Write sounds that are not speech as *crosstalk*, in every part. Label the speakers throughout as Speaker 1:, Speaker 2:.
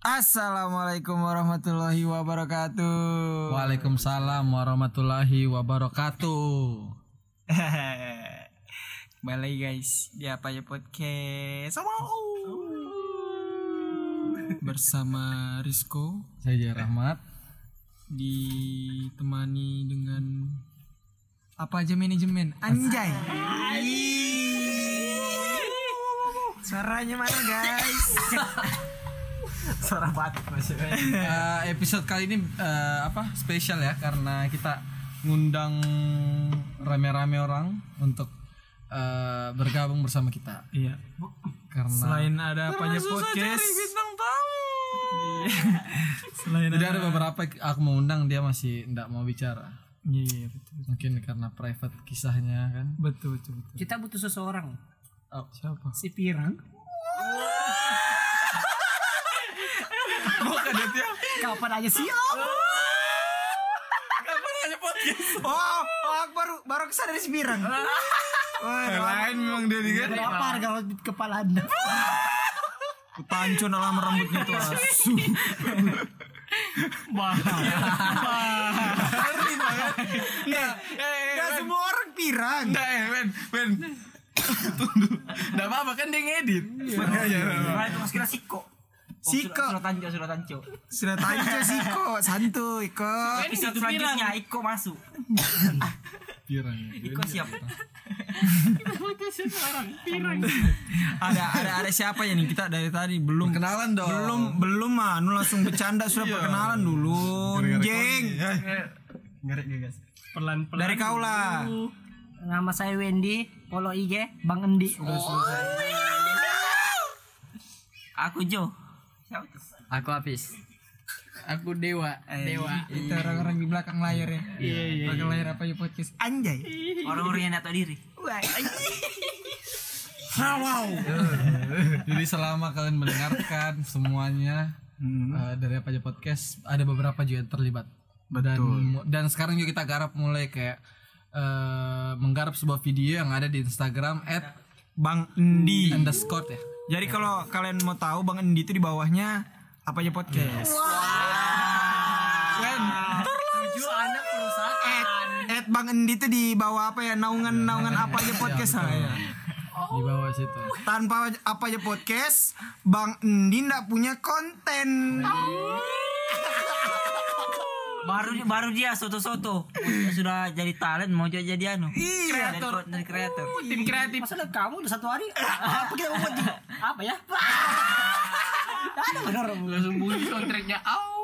Speaker 1: Assalamualaikum warahmatullahi wabarakatuh.
Speaker 2: Waalaikumsalam warahmatullahi wabarakatuh.
Speaker 1: *laughs* Kembali lagi guys di apa ya podcast sama bersama Risco
Speaker 2: Saya Rahmat.
Speaker 1: ditemani dengan apa aja manajemen anjay.
Speaker 3: *laughs*
Speaker 1: Suaranya mana guys?
Speaker 3: *laughs* suara batuk maksudnya
Speaker 2: Eh, episode kali ini eh, apa spesial ya karena kita ngundang rame-rame orang untuk eh, bergabung bersama kita.
Speaker 1: Iya.
Speaker 2: Karena
Speaker 1: Selain ada apanya podcast, Iya. *laughs* selain
Speaker 2: udah ada beberapa aku mau undang dia masih ndak mau bicara.
Speaker 1: Iya, iya, betul.
Speaker 2: Mungkin karena private kisahnya kan.
Speaker 1: Betul, betul, betul.
Speaker 3: kita butuh seseorang
Speaker 2: Oh,
Speaker 1: Siapa?
Speaker 3: si pirang kapan aja sih
Speaker 1: Oh, oh, aku baru baru kesana dari Sibirang.
Speaker 2: Lain memang dia kan.
Speaker 3: berapa harga rambut kepala anda
Speaker 1: Pancun dalam rambutnya
Speaker 2: *laughs*
Speaker 1: tuh asu.
Speaker 2: kan? Enggak,
Speaker 1: Gak
Speaker 2: eh,
Speaker 1: semua orang pirang.
Speaker 2: enggak, eh, Ben, Ben. Tunggu. Enggak apa-apa kan dia ngedit. Makanya.
Speaker 3: Nah, itu mas kira siko
Speaker 1: Siko.
Speaker 2: Oh,
Speaker 3: tanjo sudah tanjo
Speaker 1: Sudah tanco Siko, santuy kok.
Speaker 3: episode selanjutnya iko masuk
Speaker 2: Pirang. ya.
Speaker 3: iko siap
Speaker 1: Ada ada ada siapa ya nih kita dari tadi belum
Speaker 2: Kenalan dong. Iya.
Speaker 1: belum belum mah nu langsung bercanda sudah perkenalan dulu. Jeng.
Speaker 2: Ngerek ya. guys.
Speaker 1: Dari kau lah.
Speaker 3: nama saya Wendy follow IG Bang Endi aku Jo
Speaker 4: Aku habis. Aku dewa, dewa.
Speaker 1: Itu orang-orang di belakang layar ya. Iya, iya. Belakang layar apa ya podcast? Anjay.
Speaker 3: orang-orang yang tak tahu diri
Speaker 2: Jadi selama kalian mendengarkan semuanya eh, dari apa aja podcast ada beberapa juga yang terlibat. Dan dan sekarang juga kita garap mulai kayak eh, menggarap sebuah video yang ada di Instagram at
Speaker 1: Bang Endi.
Speaker 2: underscore ya.
Speaker 1: Jadi kalau kalian mau tahu Bang Endi itu di bawahnya apa aja
Speaker 2: Iya.
Speaker 1: podcast. Keren.
Speaker 4: Tujuh anak perusahaan.
Speaker 1: At Bang Endi itu di bawah apa ya naungan naungan apa aja podcast
Speaker 2: Iya,
Speaker 1: lah ya.
Speaker 2: Di bawah situ.
Speaker 1: Tanpa apa aja podcast, Bang Endi ndak punya konten.
Speaker 3: baru baru dia soto-soto sudah jadi talent mau jadi jadi anu
Speaker 1: Iya.
Speaker 3: kreator dan kreator
Speaker 4: Tim kreatif.
Speaker 3: masalah kamu udah satu hari apa kita mau buat apa ya ada benar
Speaker 4: Langsung bunyi soundtracknya. Au.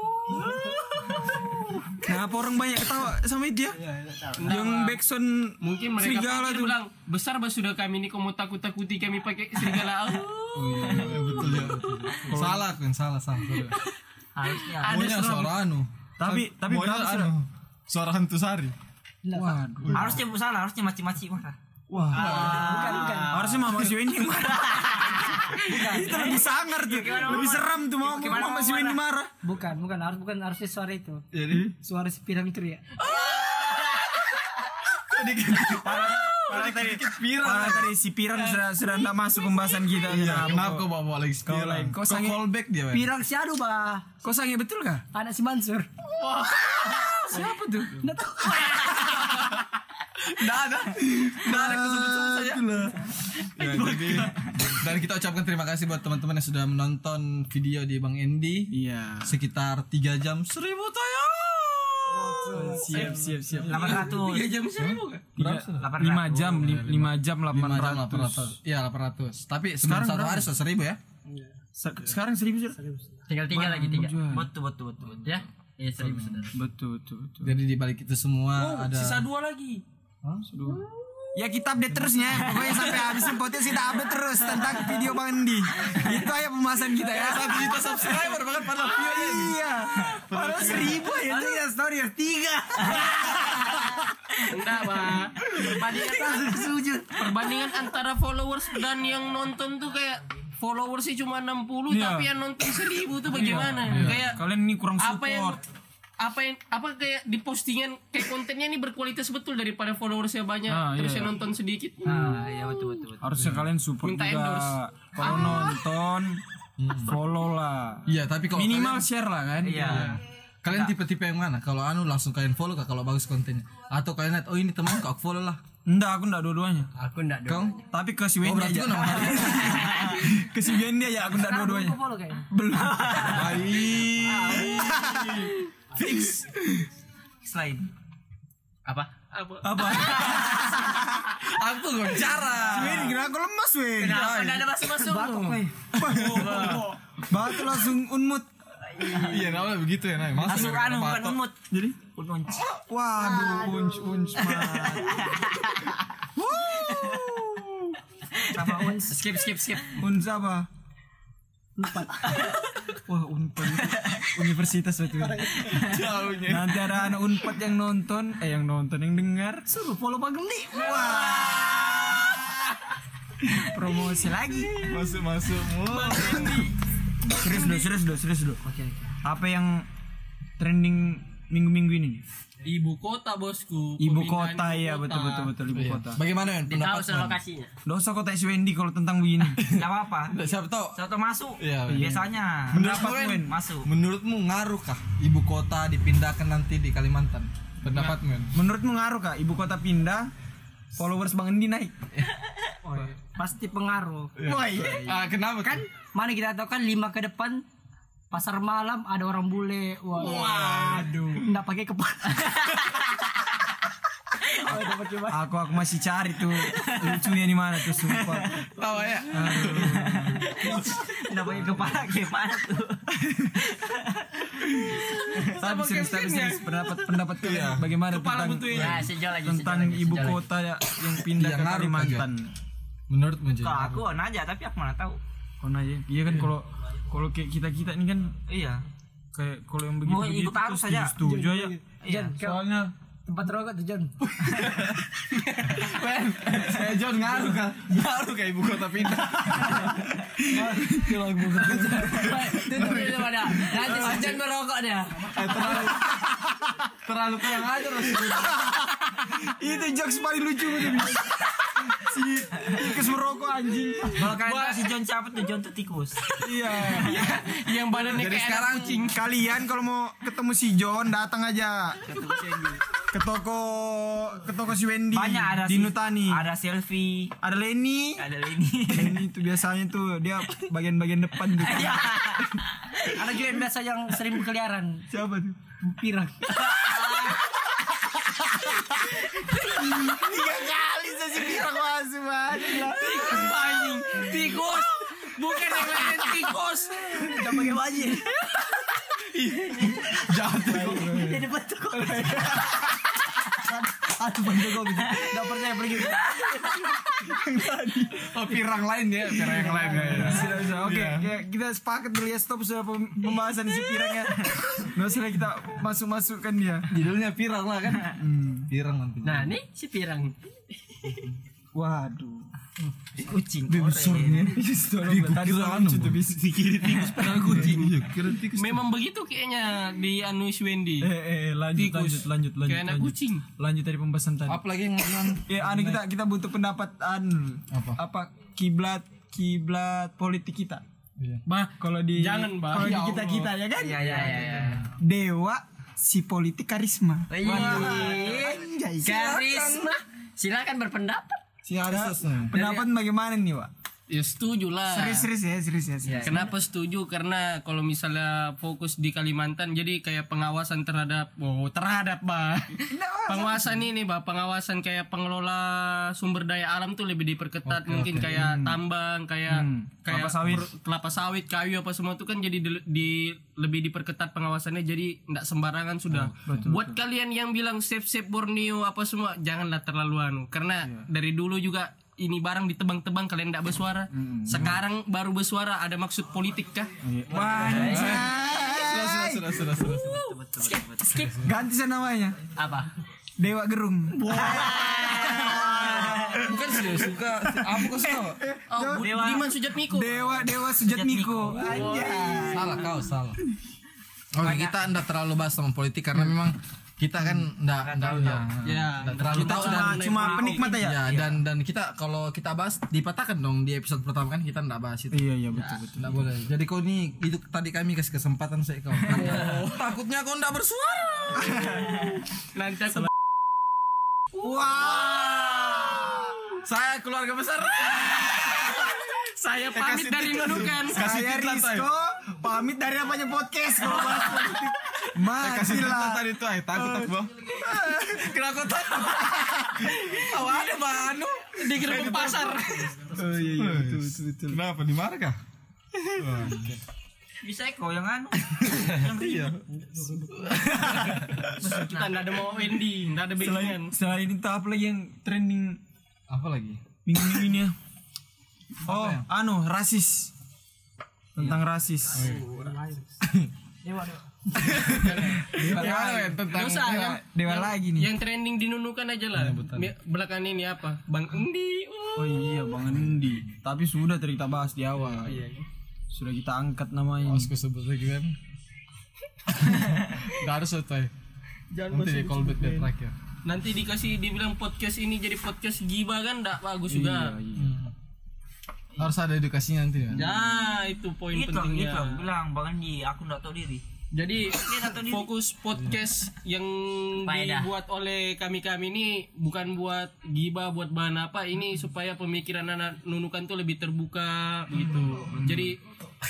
Speaker 1: Kenapa orang banyak ketawa sama dia? Yang backsound
Speaker 4: Mungkin Iya, mereka
Speaker 1: serigala
Speaker 4: pikir
Speaker 1: tuh.
Speaker 4: bilang besar bah sudah kami ini kamu takut takuti kami pakai serigala. Oh, Au.
Speaker 2: betul ya. betul. Salah kan, salah salah. salah.
Speaker 3: harusnya
Speaker 2: Maunya suara anu.
Speaker 1: Tapi- tapi
Speaker 2: Maunya
Speaker 1: berapa
Speaker 2: anu. Suara hantu sari.
Speaker 1: Waduh.
Speaker 3: harusnya bu salah harusnya maci-maci marah
Speaker 2: Wah.
Speaker 3: bukan bukan
Speaker 1: Harusnya Mama si Wendy yang marah. itu lebih sangar tuh. Lebih seram tuh Mama,
Speaker 3: Gimana Mama
Speaker 1: Mama si Wendy marah.
Speaker 5: Bukan, bukan harus bukan harusnya suara itu.
Speaker 2: Jadi
Speaker 5: Suara si pirang itu ya.
Speaker 1: Parah tadi Parah tadi si Piran sudah sudah enggak masuk pembahasan kita.
Speaker 2: Iya, kenapa kau bawa lagi
Speaker 1: lain.
Speaker 2: sekarang?
Speaker 1: Kau
Speaker 2: Kau
Speaker 1: sange-
Speaker 2: callback dia, Ben.
Speaker 5: Pirang si aduh bah.
Speaker 1: Kok sange betul kah?
Speaker 5: Anak si Mansur.
Speaker 1: Siapa tuh?
Speaker 5: Nggak tahu.
Speaker 2: Nggak ada. Nggak ada kesebut-sebut saja. Ya, jadi, dan kita ucapkan terima kasih buat teman-teman yang sudah menonton video di Bang Endi
Speaker 1: Iya.
Speaker 2: sekitar 3 jam 1000 tayang.
Speaker 1: Siap siap siap.
Speaker 3: delapan ratus
Speaker 2: jam 1000 kan? Berapa? sudah?
Speaker 3: delapan
Speaker 1: Lima jam, li- lima jam
Speaker 2: Lima jam
Speaker 1: 800
Speaker 2: 800. Iya, 800. Tapi sebelum satu hari sudah 1000 ya.
Speaker 1: Se- Sekarang seribu sudah.
Speaker 4: Tinggal tiga lagi tiga.
Speaker 3: betul betul betul Iya,
Speaker 4: Ya. Ya seribu sudah.
Speaker 1: Betul betul betul.
Speaker 2: Jadi di balik itu semua ada
Speaker 3: Oh, dua lagi
Speaker 1: Ya kita update terusnya. Pokoknya sampai habis podcast kita update terus tentang video Bang Andi. Itu aja pembahasan kita ya.
Speaker 2: satu juta subscriber bahkan pada
Speaker 1: Iya. Padahal seribu ya itu ya story ya tiga.
Speaker 4: Enggak, Pak.
Speaker 1: Iya,
Speaker 4: Perbandingan sujud. Perbandingan antara followers dan yang nonton tuh kayak followersnya cuma 60
Speaker 1: Iya.
Speaker 4: tapi yang nonton 1000 tuh bagaimana? Kayak
Speaker 1: Kalian ini kurang
Speaker 4: apa yang
Speaker 1: support.
Speaker 4: apa yang apa kayak di postingan kayak kontennya ini berkualitas betul daripada followersnya banyak
Speaker 1: Ah,
Speaker 4: terus
Speaker 1: iya.
Speaker 4: yang nonton sedikit
Speaker 3: ah ya betul betul betul.
Speaker 1: Harusnya kalian support
Speaker 4: Minta
Speaker 1: juga.
Speaker 4: endorse.
Speaker 1: Kalau nonton
Speaker 6: Follow lah.
Speaker 2: Iya, tapi kalau kalian-
Speaker 6: Minimal share lah kan.
Speaker 3: Iya.
Speaker 2: Kalian tipe-tipe yang mana? Kalau anu langsung kalian follow kah kalau bagus kontennya? Atau kalian lihat oh ini teman kok aku follow lah.
Speaker 6: Enggak, aku enggak dua-duanya.
Speaker 3: Aku enggak dong.
Speaker 6: Kau? Tapi ke si
Speaker 2: Oh
Speaker 6: Wendy
Speaker 2: berarti
Speaker 6: aja.
Speaker 2: kan nama hari.
Speaker 6: ke si Wendy aja, aku enggak dua-duanya.
Speaker 5: follow kayaknya.
Speaker 6: Belum. *laughs*
Speaker 3: Iya,
Speaker 1: Fix.
Speaker 3: Selain
Speaker 4: Apa? Apa?
Speaker 6: Apa?
Speaker 4: *laughs*
Speaker 2: aku gak bicara.
Speaker 1: Win, kenapa kau lemas Win?
Speaker 4: Kenapa nggak ada masuk-masuk?
Speaker 5: Batuk
Speaker 6: *laughs*
Speaker 5: nih.
Speaker 1: Batu langsung unmut.
Speaker 2: Iya, namanya begitu ya, Nay. Masuk
Speaker 3: Masuk anu bukan
Speaker 2: patok.
Speaker 3: memut.
Speaker 6: Jadi
Speaker 1: Waduh, unc unc
Speaker 5: Sama uns.
Speaker 4: Skip, skip, skip.
Speaker 1: unc apa?
Speaker 6: *laughs* wah unpad itu universitas waktu itu.
Speaker 2: Jauhnya.
Speaker 6: Nanti ada anak unpad yang nonton, eh yang nonton yang dengar
Speaker 5: Suruh follow Pak Gemdi.
Speaker 6: promosi lagi.
Speaker 2: Masuk-masuk.
Speaker 6: serius dong, serius dong, serius dong. Apa yang trending minggu-minggu ini?
Speaker 4: Ibu kota bosku.
Speaker 6: Ibu
Speaker 4: Pemindahan
Speaker 6: kota ya, betul betul betul ibu
Speaker 2: Iya.
Speaker 6: kota.
Speaker 2: Bagaimana ya
Speaker 4: Tahu
Speaker 2: pendapat?
Speaker 4: sudah lokasinya.
Speaker 6: Dosa kota si Wendy kalau tentang begini.
Speaker 3: Enggak apa-apa.
Speaker 2: Siapa tahu
Speaker 3: Satu masuk.
Speaker 2: Iya, iya.
Speaker 3: Biasanya.
Speaker 2: Menurut
Speaker 6: Pendapat
Speaker 2: lu,
Speaker 6: Wen,
Speaker 2: Wen,
Speaker 3: Masuk.
Speaker 2: menurutmu ngaruh kah ibu kota dipindahkan nanti di Kalimantan? Pendapat men.
Speaker 6: Menurutmu ngaruh kak ibu kota pindah? Followers Bang Endi naik.
Speaker 5: Pasti pengaruh.
Speaker 2: Ah, kenapa kan?
Speaker 5: Mana kita tahu kan lima ke depan pasar malam ada orang bule. Wah. Waduh. Enggak pakai kepala.
Speaker 4: *laughs*
Speaker 6: Aku aku masih cari tuh lucunya di mana tuh sumpah.
Speaker 2: Tahu ya.
Speaker 3: Enggak pakai kepala gimana tuh?
Speaker 6: Tapi serius
Speaker 2: ya.
Speaker 6: tapi serius pendapat pendapat
Speaker 2: Iya.
Speaker 6: kalian bagaimana tentang
Speaker 4: Nah, sejauh lagi.
Speaker 6: tentang ibu kota ya- yang pindah
Speaker 2: Iya,
Speaker 6: ke
Speaker 2: ngaruh
Speaker 6: Kalimantan.
Speaker 2: Menurutmu jadi.
Speaker 3: Kalau aku on aja tapi aku mana tahu.
Speaker 6: Kau aja. Iya kan kalau kalau kayak kita kita ini kan
Speaker 3: Iya. Gitu,
Speaker 6: kayak kalau yang begitu
Speaker 3: Mau ikut arus aja.
Speaker 6: setuju ya. aja.
Speaker 3: Iya.
Speaker 6: Soalnya
Speaker 5: Tempat rokok tuh John.
Speaker 2: Eh, John ngaruh kah? Ngaruh kah ibu kota pindah?
Speaker 4: Tutup dulu pada. Nanti sejan merokok dia.
Speaker 2: Terlalu kurang ajar loh.
Speaker 1: Itu jokes paling lucu gue tuh. Si Ikes merokok anjing.
Speaker 3: Kalau kalian tahu si John siapa tuh John tuh tikus.
Speaker 6: Iya.
Speaker 4: Yang badannya
Speaker 2: Jadi
Speaker 4: kayak
Speaker 2: sekarang cing.
Speaker 1: Kalian kalau mau ketemu si John datang aja ke toko ke toko si Wendy
Speaker 3: *laughs* Banyak ada
Speaker 1: di
Speaker 3: si-
Speaker 1: Nutani. Ada,
Speaker 3: Ada selfie,
Speaker 1: Lenny.
Speaker 3: *laughs* ada Lenny.
Speaker 1: Lenny itu biasanya tuh dia bagian-bagian depan gitu. tuh.
Speaker 5: Ada juga yang biasa yang sering berkeliaran.
Speaker 1: Siapa tuh?
Speaker 5: Pirang.
Speaker 1: Tiga kali saya si Pirang masuk banget.
Speaker 4: anjing. Tikus. Bukan yang lain tikus.
Speaker 5: Enggak pakai baju. *laughs*
Speaker 2: *laughs*
Speaker 1: Aduh bang Jago gitu. Gak percaya pergi.
Speaker 2: Oh, pirang lain ya, pirang yang lain ya.
Speaker 6: Sudah, sudah. Oke,
Speaker 2: Iya.
Speaker 6: kayak kita sepakat dulu ya stop sudah pem- pembahasan si
Speaker 1: ya.
Speaker 6: pirangnya. Nggak usah lagi kita masuk-masukkan dia.
Speaker 2: Judulnya pirang lah kan. Pirang nanti.
Speaker 4: Nah, nih si pirang.
Speaker 6: Waduh.
Speaker 3: Kucing.
Speaker 6: Tadi soalnya lucu tuh bis dikiri tikus padahal kucing.
Speaker 4: Memang begitu kayaknya di Anu Wendy.
Speaker 6: Eh eh lanjut lanjut
Speaker 4: Tikus.
Speaker 6: lanjut lanjut.
Speaker 4: Kayak anak
Speaker 6: lanjut.
Speaker 4: kucing.
Speaker 6: Lanjut dari pembahasan tadi.
Speaker 2: Apalagi ngomong
Speaker 6: Ya, anu kita kita butuh pendapat anu.
Speaker 2: Apa?
Speaker 6: Apa kiblat kiblat politik kita.
Speaker 4: Bah,
Speaker 6: Kalau di
Speaker 4: Jangan, Bah.
Speaker 6: Kalau di
Speaker 4: Ya
Speaker 6: kita kita ya kan.
Speaker 4: Iya, iya, iya.
Speaker 6: Dewa si politik karisma. Anjay.
Speaker 4: Karisma. Silakan berpendapat.
Speaker 2: si Arisos.
Speaker 6: Pendapat bagaimana nih, Wak?
Speaker 4: Ya setuju lah.
Speaker 6: Serius ya, serius ya. serius.
Speaker 4: Kenapa setuju? Karena kalau misalnya fokus di Kalimantan, jadi kayak pengawasan terhadap, wow, terhadap bah,
Speaker 6: Nah, oh,
Speaker 4: pengawasan ini bah, pengawasan kayak pengelola sumber daya alam tuh lebih diperketat, mungkin kayak tambang, kayak kayak
Speaker 6: Hmm. Kelapa sawit.
Speaker 4: ber- kelapa sawit, kayu apa semua itu kan jadi di, di- lebih diperketat pengawasannya, jadi nggak sembarangan sudah.
Speaker 6: Oh,
Speaker 4: Buat kalian yang bilang safe safe Borneo apa semua, janganlah terlalu anu, karena
Speaker 6: Iya.
Speaker 4: dari dulu juga ini barang ditebang-tebang kalian tidak bersuara.
Speaker 6: Hmm,
Speaker 4: Sekarang baru bersuara ada maksud politik kah?
Speaker 2: Sudah, sudah, sudah, sudah, sudah.
Speaker 6: Ganti saja namanya.
Speaker 4: Apa?
Speaker 6: Dewa Gerung.
Speaker 2: Bukan sudah suka. Apa kok suka?
Speaker 6: Ya,
Speaker 4: Oh, Bu- Budiman Sujatmiko.
Speaker 6: Dewa Dewa Sujatmiko.
Speaker 2: salah kau salah. Oh, kita anda terlalu bahas sama politik karena memang kita kan nggak nggak
Speaker 3: Ya.
Speaker 2: nggak terlalu
Speaker 6: Kita
Speaker 2: tahu
Speaker 6: cuma
Speaker 2: dan
Speaker 6: cuma penikmat aja.
Speaker 2: ya dan dan kita kalau kita bahas dipatahkan dong di episode pertama kan kita nggak bahas itu
Speaker 6: Iya iya betul betul.
Speaker 2: Nggak boleh. Jadi kau nih itu tadi kami kasih kesempatan saya *laughs* kau. Iya. Takutnya kau nggak bersuara. *laughs*
Speaker 4: Nanti aku
Speaker 2: Saya keluarga besar.
Speaker 4: saya pamit dari nunukan.
Speaker 1: Saya Rizko pamit dari apanya podcast kalau bahas politik. Mati lah.
Speaker 6: tadi tuh
Speaker 2: eh,
Speaker 6: ay takut aku. Bang.
Speaker 2: Kenapa kau takut? Kau ada Banu di gerbang pasar.
Speaker 6: Oh iya iya betul betul. betul. Kenapa dimarah kah?
Speaker 3: Bisa kau yang *laughs* anu.
Speaker 4: Kita nggak ada mau Wendy, nggak ada backingan.
Speaker 6: Selain itu apa lagi yang trending
Speaker 2: Apa lagi?
Speaker 6: minggu ini ya? Oh, anu rasis. Tentang rasis.
Speaker 2: Bagaimana tentang
Speaker 4: Dosa yang
Speaker 6: Dewa lagi nih. Iya,
Speaker 4: yang trending dinunukan aja lah. Mi- Belakangan ini apa? Bang Endi.
Speaker 6: Oh iya Bang Endi. Tapi sudah tadi kita bahas di awal. Sudah kita angkat namanya.
Speaker 2: Harus sebut lagi kan? Gak harus tuh. Nanti di callback dia terakhir.
Speaker 4: Nanti dikasih dibilang podcast ini jadi podcast giba kan nggak bagus juga.
Speaker 6: Iya,
Speaker 2: Harus ada edukasinya nanti kan.
Speaker 4: Nah, itu poin
Speaker 7: Gitu,
Speaker 3: Itu
Speaker 4: pentingnya.
Speaker 3: itu Gitu, bilang Bang Andi aku nggak tahu diri.
Speaker 4: Jadi fokus podcast yang
Speaker 3: Faedah.
Speaker 4: dibuat oleh kami-kami ini bukan buat giba, buat bahan apa ini supaya pemikiran anak nunukan tuh lebih terbuka gitu. Jadi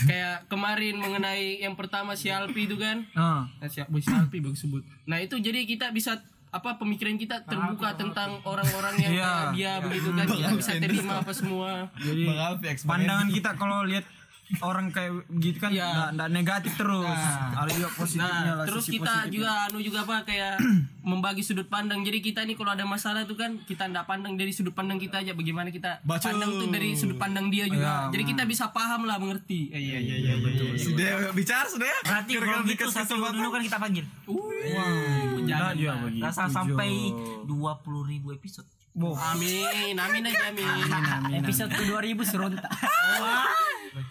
Speaker 4: kayak kemarin mengenai yang pertama si Alpi itu kan.
Speaker 6: Nah,
Speaker 4: Nah, si, si Alpi bagus sebut. Nah, itu jadi kita bisa apa pemikiran kita terbuka tentang orang-orang yang
Speaker 6: Ah, Iya.
Speaker 4: kayak dia begitu kan kita bisa terima apa semua.
Speaker 6: jadi pandangan kita kalau lihat orang kayak gitu kan enggak negatif terus. Ada juga positifnya
Speaker 4: Iya. Nah,
Speaker 6: lah.
Speaker 4: terus
Speaker 6: sisi
Speaker 4: kita juga anu juga apa kayak membagi sudut pandang. Jadi kita nih kalau ada masalah tuh kan kita ndak pandang dari sudut pandang kita aja bagaimana kita pandang tuh dari sudut pandang dia juga. Jadi kita bisa paham lah mengerti. Iya iya iya.
Speaker 1: Sudah bicara sudah. ya?
Speaker 3: Berarti kalau gitu satu dulu kan kita panggil.
Speaker 6: Nah, iya, begitu
Speaker 3: Rasa
Speaker 6: juga.
Speaker 3: sampai 20.000 ribu episode.
Speaker 4: Amin, amin aja amin.
Speaker 5: Episode ke 2000 serontak.
Speaker 4: Wah,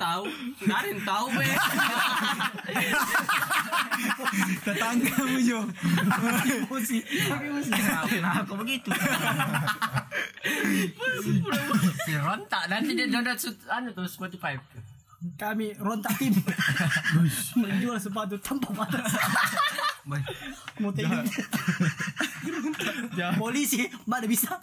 Speaker 4: tahu, Narin tahu be.
Speaker 6: tetanggamu Jo.
Speaker 3: *laughs* Nah, kok begitu?
Speaker 5: Si rontak nanti dia download sut- anu tuh Spotify. Kami rontak *laughs* tim. Menjual sepatu tanpa batas. Mau tanya. Polisi mana bisa?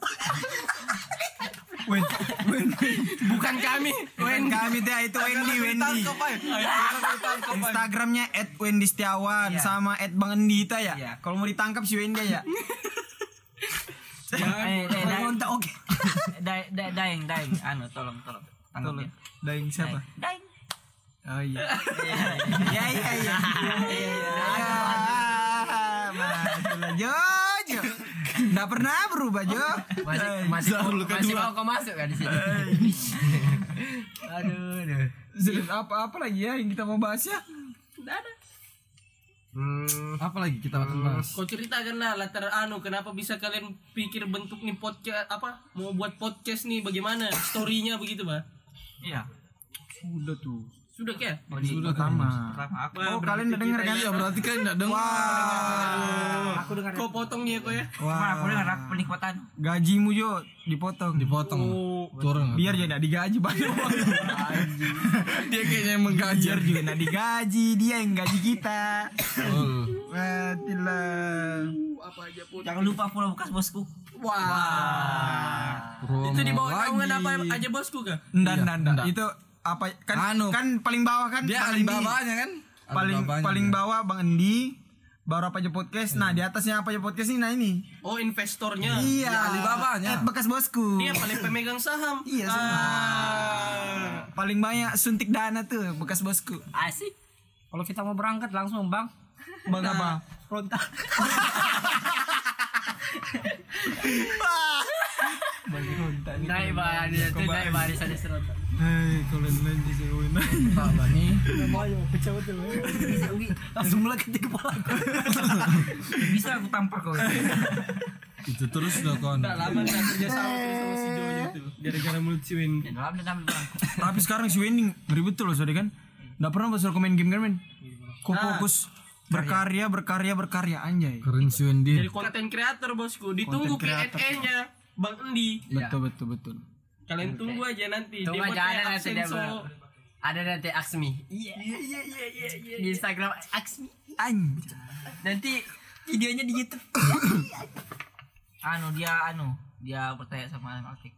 Speaker 1: *laughs*
Speaker 4: Bukan kami.
Speaker 1: Wen kami teh itu Wendy Wendy. Instagramnya at Wendy Setiawan sama at Bang Endi itu ya.
Speaker 6: Iya.
Speaker 1: Kalau mau ditangkap si Wendy ya.
Speaker 3: Eh, eh, Daeng,
Speaker 5: Rontak
Speaker 3: *laughs*
Speaker 5: oke.
Speaker 3: Daeng, Daeng, Daeng. Anu, tolong, tolong. Tolong.
Speaker 6: Daeng siapa?
Speaker 3: Daeng.
Speaker 6: Oh iya.
Speaker 4: iya,
Speaker 1: Ya ya ya. Matulah
Speaker 6: iya,
Speaker 1: Jojo. Nggak pernah berubah Jo.
Speaker 5: Masih masih mau kau masuk kan di sini?
Speaker 6: Zul, apa apa lagi ya yang kita mau bahas ya?
Speaker 2: Apa lagi kita akan bahas?
Speaker 4: Kau ceritakan lah latar anu kenapa bisa kalian pikir bentuk nih podcast apa mau buat podcast nih bagaimana storynya begitu bah?
Speaker 3: Iya.
Speaker 6: Udah tuh.
Speaker 4: Sudah kah?
Speaker 6: Sudah pertama.
Speaker 3: Pertama aku.
Speaker 1: Oh kalian udah denger kan?
Speaker 6: ya,
Speaker 1: Ah.
Speaker 2: Iya berarti kan enggak dengar.
Speaker 5: Aku dengar
Speaker 4: Kau potong nih ya kau ya.
Speaker 3: Cuma aku dengar aku penikmatan.
Speaker 6: Gajimu Jo dipotong.
Speaker 2: Dipotong. Turun.
Speaker 6: Biar jadi digaji banyak.
Speaker 2: dia kayaknya yang menggaji.
Speaker 6: Biar juga nggak digaji dia yang gaji kita.
Speaker 2: Oh.
Speaker 6: Matilah.
Speaker 3: Jangan lupa follow bekas bosku.
Speaker 4: Itu di bawah
Speaker 2: Promo
Speaker 4: naungan apa
Speaker 2: lagi.
Speaker 4: aja bosku kah?
Speaker 1: Iya,
Speaker 6: Ndan ndan ndan.
Speaker 2: ndan.
Speaker 6: Itu apa kan
Speaker 2: Anu.
Speaker 6: kan paling bawah kan
Speaker 2: Dia
Speaker 6: Bang
Speaker 2: paling
Speaker 6: Endi.
Speaker 2: bawahnya kan?
Speaker 6: paling paling bawah Bang Endi baru apa aja podcast. Nah, di atasnya apa aja podcast ini nah ini.
Speaker 4: Oh investornya.
Speaker 6: Iya.
Speaker 1: eh,
Speaker 2: Alibabanya.
Speaker 6: At bekas bosku.
Speaker 4: Dia paling pemegang saham. Ah.
Speaker 6: Iya, sama. Paling banyak suntik dana tuh bekas bosku.
Speaker 5: asik. Kalau kita mau berangkat langsung bang.
Speaker 6: Bang
Speaker 1: Nah,
Speaker 6: apa?
Speaker 5: Rontak. Naik bang, itu naik bang, di sana serontak.
Speaker 6: Hei, kalau lain bisa
Speaker 5: Ayo, pecah betul. Langsung melekat di kepala.
Speaker 3: Bisa aku tampar
Speaker 6: *laughs*
Speaker 3: kau.
Speaker 2: Itu terus dong kon.
Speaker 4: Nggak lama nggak kerja sama terus sama si Jojo tuh. Gara-gara mulut si Wendy.
Speaker 3: Dalam dendam bang.
Speaker 4: Nah.
Speaker 6: Tapi sekarang si Wendy ngeri betul loh sorry kan. Nggak pernah pas suruh main game kan men. Kok fokus
Speaker 1: berkarya berkarya berkarya anjay
Speaker 2: Keren sih Wendy.
Speaker 4: Jadi konten kreator bosku, ditunggu Q&A-nya Bang Endi.
Speaker 1: betul betul betul
Speaker 4: Kalian tunggu aja nanti.
Speaker 7: Tunggu
Speaker 4: Dia
Speaker 7: aja ada
Speaker 4: buat
Speaker 7: nanti dia
Speaker 4: absenso.
Speaker 7: baru. Ada nanti Aksmi. Iya. Di Instagram Aksmi.
Speaker 1: anjay
Speaker 7: Nanti videonya di YouTube. *coughs* anu dia anu dia bertanya sama Alim Alkik.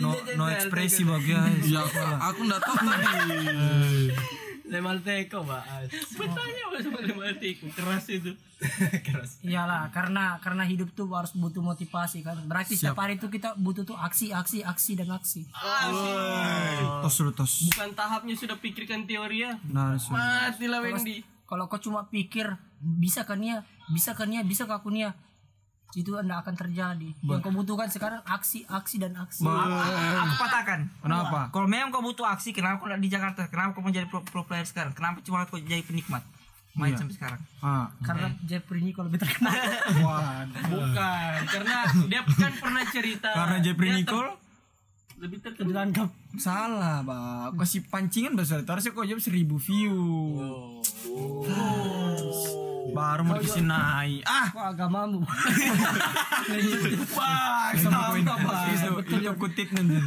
Speaker 1: no no no ekspresi bang guys
Speaker 2: Ya aku, aku nggak tahu tadi.
Speaker 4: Bertanya Mas, sama Lematiku, keras itu.
Speaker 5: Iyalah, karena karena hidup tuh harus butuh motivasi kan. Berarti setiap hari itu kita butuh tuh aksi, aksi, aksi dan aksi.
Speaker 1: tos dulu tos
Speaker 4: Bukan tahapnya sudah pikirkan teorinya.
Speaker 1: nah harus
Speaker 4: Matilah Wendy.
Speaker 5: Kalau kau cuma pikir bisa kan ya, bisa kan ya, bisa kan aku nia, itu anda akan terjadi. Yang kau butuhkan sekarang aksi, aksi dan aksi.
Speaker 7: Aku patahkan.
Speaker 1: kenapa
Speaker 7: Kalau memang kau butuh aksi, kenapa kau nggak di Jakarta? Kenapa kau menjadi pro, pro player sekarang? Kenapa cuma kau jadi penikmat? Main
Speaker 6: Iya.
Speaker 7: sampai sekarang.
Speaker 1: ah
Speaker 5: Karena Jeffrey ini kalau lebih terkenal.
Speaker 7: *laughs*
Speaker 4: Bukan, karena dia kan pernah cerita.
Speaker 1: karena Jeffrey Nicole
Speaker 4: lebih
Speaker 5: Lebih
Speaker 4: terkenal.
Speaker 5: lengkap.
Speaker 1: salah bang kasih pancingan besar harusnya kau jawab seribu view Oh. baru mau dikasih naik ah
Speaker 5: Kok agamamu?
Speaker 1: bang sama betul kutit nanti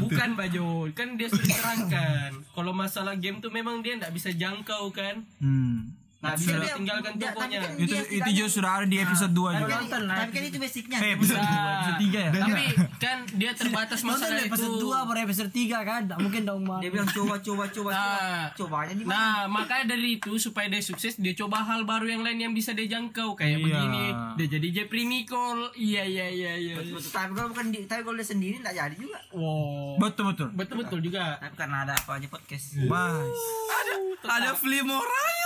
Speaker 4: Bukan Bajo, kan dia sudah terangkan. Kalau masalah game tuh memang dia nggak bisa jangkau kan.
Speaker 1: hmm
Speaker 4: Nggak bisa dia tinggalkan
Speaker 7: dia-
Speaker 4: tokonya.
Speaker 7: tapi
Speaker 1: itu itu juga sudah ada di episode 2 juga
Speaker 7: Tapi kan itu basicnya.
Speaker 1: eh episode 2 episode 3 ya
Speaker 4: Nah, Tapi kan dia terbatas
Speaker 5: Nonton
Speaker 4: masalah
Speaker 5: dari episode
Speaker 4: itu.
Speaker 5: 2 per episode 3 kan, Nggak mungkin dong mah.
Speaker 7: Dia bilang coba coba coba
Speaker 4: Nah.
Speaker 7: coba. Coba aja di mana?
Speaker 4: Nah, makanya dari itu supaya dia sukses, dia coba hal baru yang lain yang bisa dia jangkau kayak
Speaker 1: Iya.
Speaker 4: begini. Dia jadi Jeffrey Nicole. Iya iya iya iya.
Speaker 7: Tapi kalau bukan di, tapi kalau dia sendiri nggak jadi juga.
Speaker 4: Wow.
Speaker 1: betul betul
Speaker 4: Betul betul juga.
Speaker 7: Tapi karena ada apa aja podcast.
Speaker 6: Iya.
Speaker 1: Bas.
Speaker 4: Ada
Speaker 1: Flimoranya.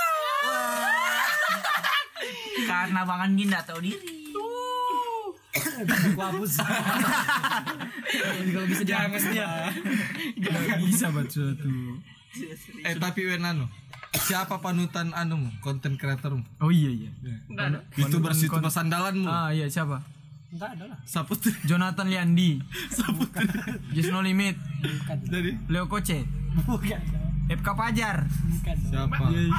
Speaker 7: karena Bang Andi nggak tahu diri.
Speaker 4: jangan dia.
Speaker 1: Gak bisa buat suatu.
Speaker 2: Eh tapi Wenano, siapa panutan anumu, konten kreatormu?
Speaker 1: Oh iya iya.
Speaker 2: Youtuber youtuber sandalanmu.
Speaker 1: Ah iya siapa?
Speaker 5: Enggak ada lah.
Speaker 2: Saputri.
Speaker 1: *laughs* Jonathan Liandi. *laughs* Just No Limit.
Speaker 2: Jadi
Speaker 1: Leo Koce.
Speaker 5: Bukan.
Speaker 1: FK Pajar.
Speaker 2: siapa?
Speaker 7: Iya,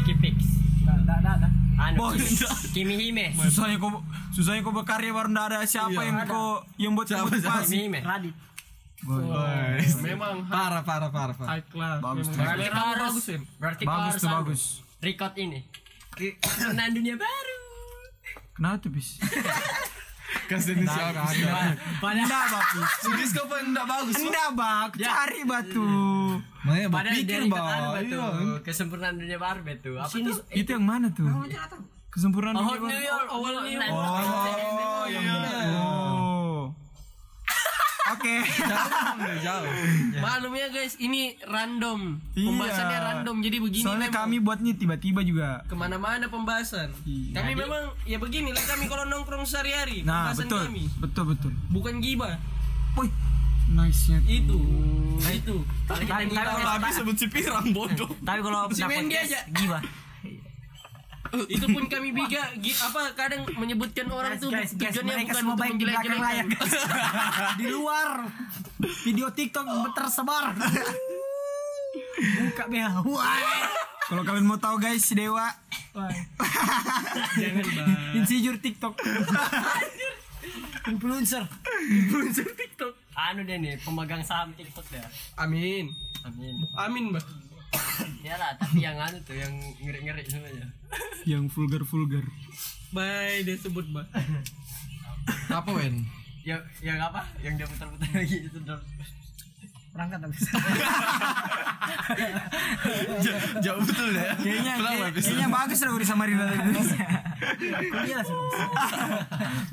Speaker 5: Enggak enggak, enggak ada.
Speaker 1: Bos. Susahnya kok susahnya kok berkarya baru ndak Iya. ada siapa yang kok yang buat kamu motivasi.
Speaker 5: Radit.
Speaker 4: Memang
Speaker 2: Parah parah parah parah.
Speaker 4: high class.
Speaker 1: Bagus tuh.
Speaker 4: Memang. Kamera bagus Win.
Speaker 7: Berarti
Speaker 1: Bagus tuh bagus.
Speaker 7: record ini. Kenan dunia baru.
Speaker 1: Kenapa tuh bis?
Speaker 2: Kasih inisial kan.
Speaker 1: Enggak bagus.
Speaker 2: Serius kau pun enggak bagus.
Speaker 1: Enggak bak. Cari batu.
Speaker 2: Makanya bak
Speaker 7: Padahal
Speaker 2: pikir
Speaker 7: dia
Speaker 2: bang.
Speaker 7: bang.
Speaker 2: Iya.
Speaker 7: Kesempurnaan dunia baru betul. Apa tuh?
Speaker 1: Itu yang mana tuh? Kesempurnaan
Speaker 7: Oh,
Speaker 1: dunia, Bang.
Speaker 7: New York, oh, New York.
Speaker 1: Oh, yang bener. Oh. Oke.
Speaker 2: Jauh.
Speaker 7: iya.
Speaker 4: Maklum ya guys, ini random.
Speaker 1: Iya.
Speaker 4: Pembahasannya random. Jadi begini
Speaker 1: Soalnya
Speaker 4: memang.
Speaker 1: kami buatnya tiba-tiba juga.
Speaker 4: kemana-mana pembahasan.
Speaker 5: Iya. Nah,
Speaker 4: Kami memang ya beginilah kami kalau nongkrong sehari-hari
Speaker 1: Nah,
Speaker 4: pembahasan
Speaker 1: betul.
Speaker 4: kami.
Speaker 1: Betul betul.
Speaker 4: Bukan gibah.
Speaker 1: Woi. Nice-nya.
Speaker 4: Itu.
Speaker 5: Oh.
Speaker 4: Itu. Kalau
Speaker 5: Nah,
Speaker 4: kita
Speaker 7: Tapi
Speaker 4: gibah,
Speaker 7: kalau habis sebut si pirang bodoh. Tapi kalau
Speaker 4: Si
Speaker 7: dapat
Speaker 4: Mendy
Speaker 7: podcast,
Speaker 4: aja.
Speaker 7: gibah.
Speaker 4: itu pun kami biga gi- apa kadang menyebutkan orang
Speaker 5: Guys,
Speaker 4: tuh
Speaker 5: guys, guys,
Speaker 4: tujuannya
Speaker 5: mereka
Speaker 4: bukan
Speaker 5: semua
Speaker 4: untuk
Speaker 5: baik di belakang
Speaker 4: menjelek-jelekan.
Speaker 5: Di luar video TikTok tersebar. Buka BH. Wah.
Speaker 1: Kalau kalian mau tahu guys, si Dewa
Speaker 4: Jangan bang.
Speaker 1: insecure TikTok.
Speaker 5: Influencer.
Speaker 7: Anu deh nih, pemegang saham TikTok deh.
Speaker 4: Amin.
Speaker 7: Amin.
Speaker 4: *laughs* Amin, Bang.
Speaker 7: Ya lah, tapi yang anu tuh yang ngeri-ngeri semuanya.
Speaker 1: yang vulgar-vulgar.
Speaker 4: Bye, dia sebut, Bang.
Speaker 2: Apa Wen?
Speaker 7: Yang Ya, yang apa? Yang dia putar-putar lagi itu
Speaker 2: *laughs*
Speaker 7: dong.
Speaker 5: Berangkat habis.
Speaker 2: Jauh betul ya.
Speaker 1: Kayaknya
Speaker 2: Pelan,
Speaker 1: kayak-
Speaker 2: habis.
Speaker 1: kayaknya bagus lah Uri sama Rina tadi.
Speaker 5: Iya sih.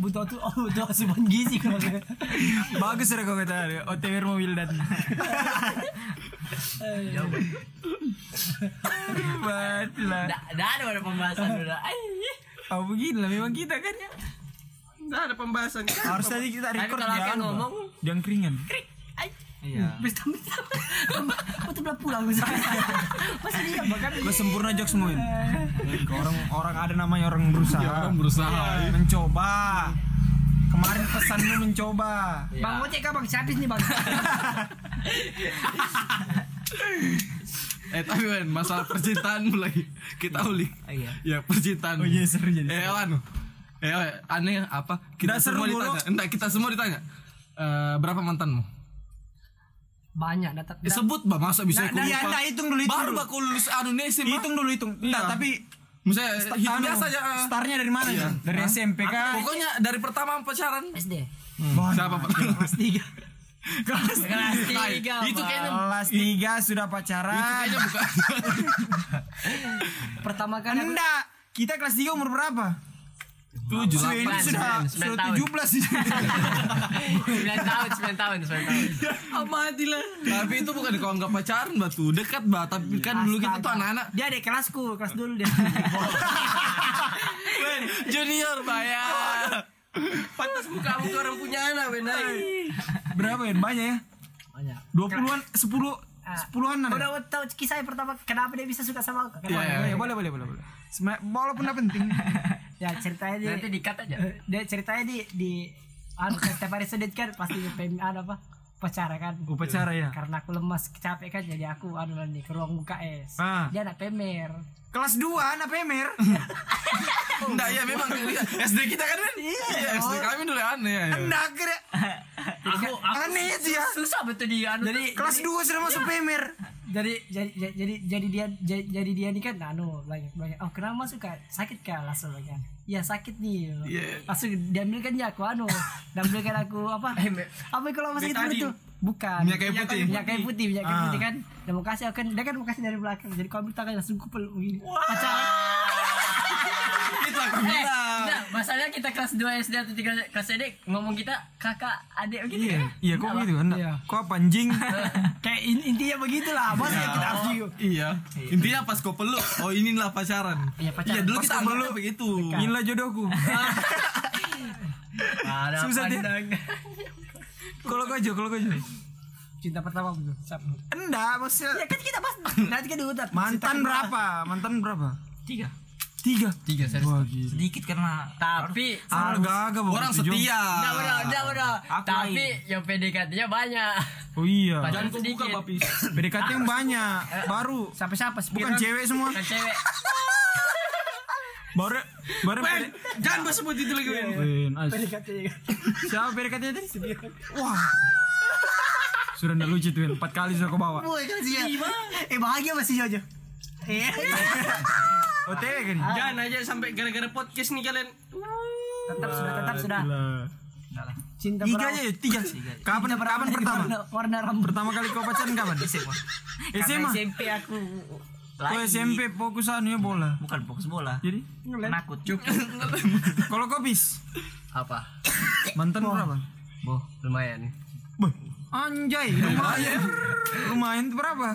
Speaker 5: Butuh tuh oh, butuh asupan gizi kalau gitu.
Speaker 1: bagus ya, lah kau kata dia. OTW mobil dan. Hebat lah.
Speaker 7: Dah dah ada pada pembahasan udah. Ay.
Speaker 1: Oh begini lah memang kita kan ya.
Speaker 4: Nah, ada pembahasan.
Speaker 1: Harus tadi kita record
Speaker 7: kalau
Speaker 1: dia
Speaker 7: akan
Speaker 1: anu, Bang.
Speaker 7: ngomong-
Speaker 1: Jangan keringan.
Speaker 5: Habis tambah. Butuh pulang pulang misalnya. *laughs* Masih kan? dia bahkan
Speaker 1: Gak sempurna jokes semuanya. Orang orang ada namanya orang berusaha.
Speaker 2: Orang berusaha.
Speaker 1: mencoba Kemarin pesanmu mencoba.
Speaker 5: Bang Ojek kah bang? Siapis nih bang.
Speaker 2: Eh tapi Wan, masalah percintaan *laughs* lagi kita ulik.
Speaker 5: iya.
Speaker 2: Ya
Speaker 1: Ah,
Speaker 2: percintaan.
Speaker 1: Oh iya, seru jadi.
Speaker 2: Eh Wan, eh Wan, aneh apa?
Speaker 1: Nggak
Speaker 2: Kita
Speaker 1: seru
Speaker 2: semua
Speaker 1: mulu.
Speaker 2: ditanya. Enggak kita semua ditanya. Eh, berapa mantanmu?
Speaker 5: Banyak datang.
Speaker 2: Eh, sebut bah masa bisa
Speaker 1: Nah, nah,
Speaker 2: lupa?
Speaker 1: iya, nah, hitung dulu, hitung
Speaker 2: Baru
Speaker 1: dulu.
Speaker 2: baku lulus anu nih SMA.
Speaker 1: Hitung dulu hitung. Enggak,
Speaker 2: Iya.
Speaker 1: tapi
Speaker 2: Misalnya hitung
Speaker 1: anu,
Speaker 2: biasa aja. eh.
Speaker 1: Startnya dari mana? Jan? Dari SMP
Speaker 2: Aku-
Speaker 1: kan?
Speaker 2: Pokoknya dari pertama pacaran. Hmm.
Speaker 5: SD.
Speaker 2: Siapa Pak?
Speaker 1: Kelas tiga. Kelas
Speaker 5: Kelas
Speaker 2: Nah,
Speaker 5: tiga.
Speaker 2: Itu
Speaker 5: Bang.
Speaker 2: kayaknya
Speaker 1: Kelas tiga sudah pacaran.
Speaker 2: kayaknya bukan.
Speaker 5: pertama kali aku
Speaker 1: Enggak. Kita kelas tiga umur berapa?
Speaker 2: Tujuh
Speaker 1: Sudah ini
Speaker 2: delapan.
Speaker 1: sudah
Speaker 5: sembilan, sembilan
Speaker 1: sudah
Speaker 5: tahun.
Speaker 1: 17
Speaker 5: *laughs* 9 tahun, 9 tahun, 9
Speaker 4: *laughs*
Speaker 5: tahun.
Speaker 2: Tapi itu bukan kau anggap pacaran batu dekat bah. Tapi
Speaker 1: Iya.
Speaker 2: kan dulu kita tuh anak-anak
Speaker 5: Dia ada kelasku, kelas dulu dia.
Speaker 2: junior
Speaker 5: ya.
Speaker 2: bayar.
Speaker 4: Kamu tuh orang punya anak, benar.
Speaker 1: Berapa ya? Banyak ya?
Speaker 5: Banyak.
Speaker 1: 20-an, 10 10-an
Speaker 5: Ah. Udah mau tahu kisah pertama kenapa dia bisa suka sama aku? Kenapa?
Speaker 1: Boleh,
Speaker 2: Iya,
Speaker 1: boleh, boleh, boleh, boleh. Sema- Walaupun gak penting.
Speaker 5: *laughs* Ya ceritanya dia.
Speaker 4: Nanti dikat aja.
Speaker 5: *laughs* Dia ceritanya di di anu setiap hari sedih kan pasti ke PM ada apa? Upacara kan.
Speaker 1: Upacara ya.
Speaker 5: Karena aku lemas, capek kan jadi aku anu nih ke ruang UKS.
Speaker 1: Ah.
Speaker 5: Dia anak pemer.
Speaker 1: Kelas ya, 2 anak pemer.
Speaker 2: Enggak ya memang iya. SD kita kan kan iya, SD kami dulu aneh ya. ya.
Speaker 1: Enggak kira.
Speaker 4: Aku, aku
Speaker 1: Aneh sih ya.
Speaker 4: *laughs* susah betul di anu.
Speaker 5: Jadi Iya.
Speaker 1: Kelas 2 sudah masuk pemer.
Speaker 5: jadi jadi jadi jadi dia jadi, jadi dia nih kan anu banyak banyak oh kenapa masuk Kak? sakit kah langsung kan ya sakit nih langsung diambil kan ya aku anu diambil kan aku apa apa kalau masih itu itu bukan
Speaker 2: Minyak kayu putih.
Speaker 5: minyak kayu putih minyak kayu putih kan dia mau kasih aku kan dia kan mau kasih dari belakang jadi kau ambil tangan langsung kupel begini pacaran
Speaker 2: Itu aku
Speaker 4: Eh,
Speaker 2: bilang.
Speaker 4: enggak, masalahnya kita kelas 2 SD atau 3 kelas SD ngomong kita kakak adik gitu
Speaker 1: Iya,
Speaker 4: kan?
Speaker 1: iya kok gitu kan?
Speaker 5: Iya.
Speaker 1: Kok apa, anjing?
Speaker 5: kayak in- intinya begitulah bos ya kita harus juga.
Speaker 2: Iya. Intinya pas kau peluk, oh inilah pacaran.
Speaker 5: Iya, pacaran.
Speaker 2: Iya, dulu
Speaker 5: Pas
Speaker 2: kita
Speaker 5: kau
Speaker 2: anggapnya begitu.
Speaker 1: Inilah jodohku.
Speaker 4: Ada
Speaker 1: *laughs* Susah dia. Kalau kau Jo, kalau kau Jo.
Speaker 5: cinta pertama gitu siapa
Speaker 1: Enggak, maksudnya
Speaker 5: ya kan kita bahas nanti kan diutar
Speaker 1: mantan berapa? Mantan berapa? Tiga. Tiga. Tiga
Speaker 7: Sedikit karena
Speaker 4: Tapi
Speaker 1: Ah, gagah Bang.
Speaker 2: Orang
Speaker 1: Setuju.
Speaker 2: setia.
Speaker 4: Enggak udah, udah, udah.
Speaker 1: Aku
Speaker 4: Tapi yang PDKT-nya banyak.
Speaker 1: Oh iya.
Speaker 4: Jangan kau buka,
Speaker 2: Papis.
Speaker 1: PDKT yang banyak, baru.
Speaker 5: siapa siapa
Speaker 1: Bukan cewek semua.
Speaker 4: Kan cewek.
Speaker 1: Baru baru Iya, PD-
Speaker 2: Jangan bahas sebut itu lagi. Wen.
Speaker 1: Win, as. Siapa PDKT tadi? Wah. Sudah ndak lucu tuh, Win. empat kali sudah kau bawa.
Speaker 5: Woi, kan sih ya. Eh bahagia masih Jojo. Eh.
Speaker 1: OTW kan?
Speaker 4: Jangan aja sampai gara-gara podcast nih kalian.
Speaker 5: tetap sudah tetap sudah. Cinta
Speaker 1: Tiga aja ya, tiga. Kapan kapan pertama?
Speaker 5: Warna, warna rambut.
Speaker 1: Pertama kali kau pacaran kapan?
Speaker 7: SMA.
Speaker 1: SMA.
Speaker 5: SMP aku.
Speaker 1: Kau SMP fokusannya anu ya, bola.
Speaker 7: Bukan fokus bola.
Speaker 1: Jadi,
Speaker 7: Penakut.
Speaker 1: kalau kau bis
Speaker 4: Apa?
Speaker 1: mantan berapa?
Speaker 4: Boh, lumayan.
Speaker 1: Beh, Anjay, *laughs* lumayan. lumayan tuh berapa?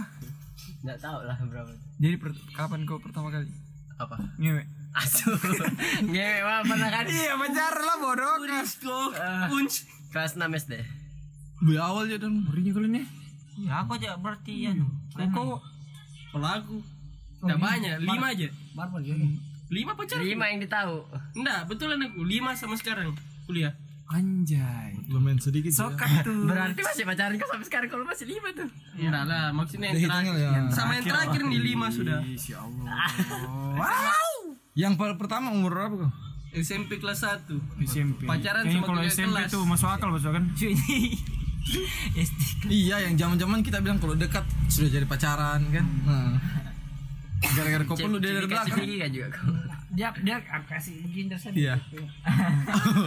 Speaker 4: Enggak tahu lah berapa.
Speaker 1: Jadi per- kapan kau pertama kali?
Speaker 4: Apa?
Speaker 1: Ngewe.
Speaker 4: Asuh. Ngewe mah pernah kan? Ah.
Speaker 1: Iya, pacaran lah bodoh.
Speaker 4: Unch. Kelas 6 SD.
Speaker 2: Bi awal ya dan
Speaker 1: Murinya kalian ya?
Speaker 7: Ya aku aja berarti ya. Kok
Speaker 2: pelaku.
Speaker 4: Enggak banyak, 5 aja.
Speaker 5: Barbel Jojo.
Speaker 4: Lima pacar? Lima yang ditahu. Enggak, betulan aku. Lima sama sekarang kuliah.
Speaker 1: Anjay.
Speaker 2: Lumayan sedikit. Sokat.
Speaker 4: Berarti masih pacaran kau sampai sekarang kalau masih lima tuh. Enggak Ya. lah, maksudnya yang
Speaker 2: Dihitung
Speaker 4: terakhir.
Speaker 2: ya.
Speaker 4: Sama yang terakhir nih lima sudah.
Speaker 1: Insya Allah.
Speaker 2: Yang per- pertama umur berapa kau?
Speaker 4: SMP kelas 1.
Speaker 1: SMP.
Speaker 4: Pacaran
Speaker 1: Kayaknya
Speaker 4: sama
Speaker 1: Eh, kalau
Speaker 4: kakak
Speaker 1: SMP
Speaker 4: kelas.
Speaker 1: tuh masuk akal masuk kan?
Speaker 2: Iya, yang zaman-zaman kita bilang kalau dekat sudah jadi pacaran kan. Nah. Gara-gara kau peluk dia dari belakang.
Speaker 4: kan juga kau.
Speaker 5: Dia dia aku kasih begini terus.
Speaker 2: Iya.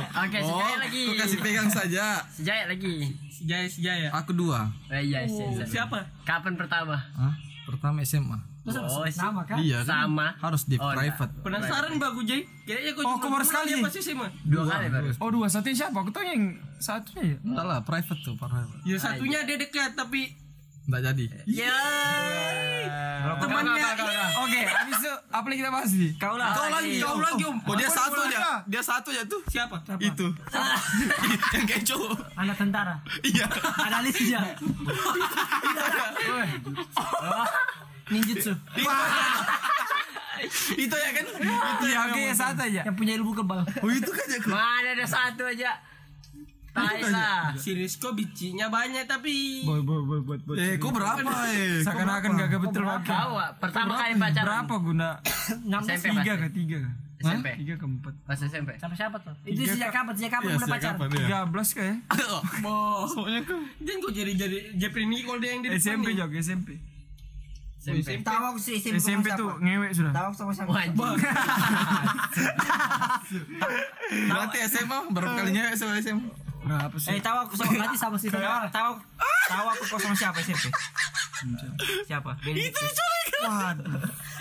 Speaker 4: Oke,
Speaker 2: Oh,
Speaker 4: sejaya lagi.
Speaker 2: kau kasih pegang saja.
Speaker 4: Sejaya lagi. Sejaya sejaya.
Speaker 2: Aku dua.
Speaker 4: Oh, iya, sejaya. Siapa? Kapan pertama?
Speaker 2: Hah? Pertama SMA.
Speaker 5: Terus
Speaker 4: Oh,
Speaker 5: harus
Speaker 4: sih.
Speaker 5: nama kan?
Speaker 2: Iya kan?
Speaker 4: Sama.
Speaker 2: Harus di
Speaker 4: Oh, enggak.
Speaker 2: private.
Speaker 4: Penasaran Mbak Gujai? Kayaknya kau
Speaker 1: Oh, kau baru sekali.
Speaker 4: ya, pasti SMA. Dua kali baru.
Speaker 1: Oh dua satunya siapa? Aku tanya yang satunya ya.
Speaker 2: Enggak lah, private tuh, private.
Speaker 4: Ya satunya dia dekat tapi
Speaker 2: Enggak jadi.
Speaker 4: ya temannya
Speaker 1: Oke, habis itu apa lagi kita bahas nih?
Speaker 4: kau lah. Kau lagi, kau lagi. Om.
Speaker 2: Oh, dia satu
Speaker 1: boleh,
Speaker 2: aja.
Speaker 1: boleh.
Speaker 2: Dia satu aja tuh.
Speaker 4: Siapa?
Speaker 2: Itu. *laughs* yang kecoh.
Speaker 5: Anak tentara.
Speaker 2: Iya.
Speaker 5: Ada listnya. Oh. Ninjutsu.
Speaker 2: Itu ya kan?
Speaker 1: Iya, oke satu aja.
Speaker 5: Yang punya ilmu kebal.
Speaker 2: Oh, itu kan ya.
Speaker 4: Mana ada satu aja. Taisa. Si Rizko bicinya banyak tapi
Speaker 6: Boy, boy, boy, boy, boy.
Speaker 1: Eh, kok berapa eh?
Speaker 6: Seakan-akan gak betul wakil.
Speaker 7: Tahu ah, pertama kali pacaran
Speaker 6: Berapa guna?
Speaker 7: SMP pasti.
Speaker 6: Tiga ke tiga.
Speaker 7: SMP.
Speaker 6: Tiga ke empat.
Speaker 8: Iya.
Speaker 7: Pas SMP.
Speaker 5: Sama siapa tuh? Itu sejak kapan? Sejak kapan udah
Speaker 1: Iya, sejak
Speaker 5: pacaran?
Speaker 1: kapan ya?
Speaker 6: Tiga belas kayak.
Speaker 4: Bo. Soalnya kok jangan kok jadi jadi Jepri Nicole dia yang di depan
Speaker 6: SMP
Speaker 4: nih.
Speaker 6: jog SMP.
Speaker 7: SMP.
Speaker 5: Tahu aku sih SMP,
Speaker 6: SMP tuh ngewek sudah.
Speaker 5: Tahu aku sama siapa?
Speaker 7: Wajib.
Speaker 1: Berarti SMA berapa kalinya sama SMA?
Speaker 6: Berapa sih?
Speaker 5: Eh tahu aku sama nanti sama si orang tahu
Speaker 7: Tahu aku kos sama siapa SMP? siapa? Benny.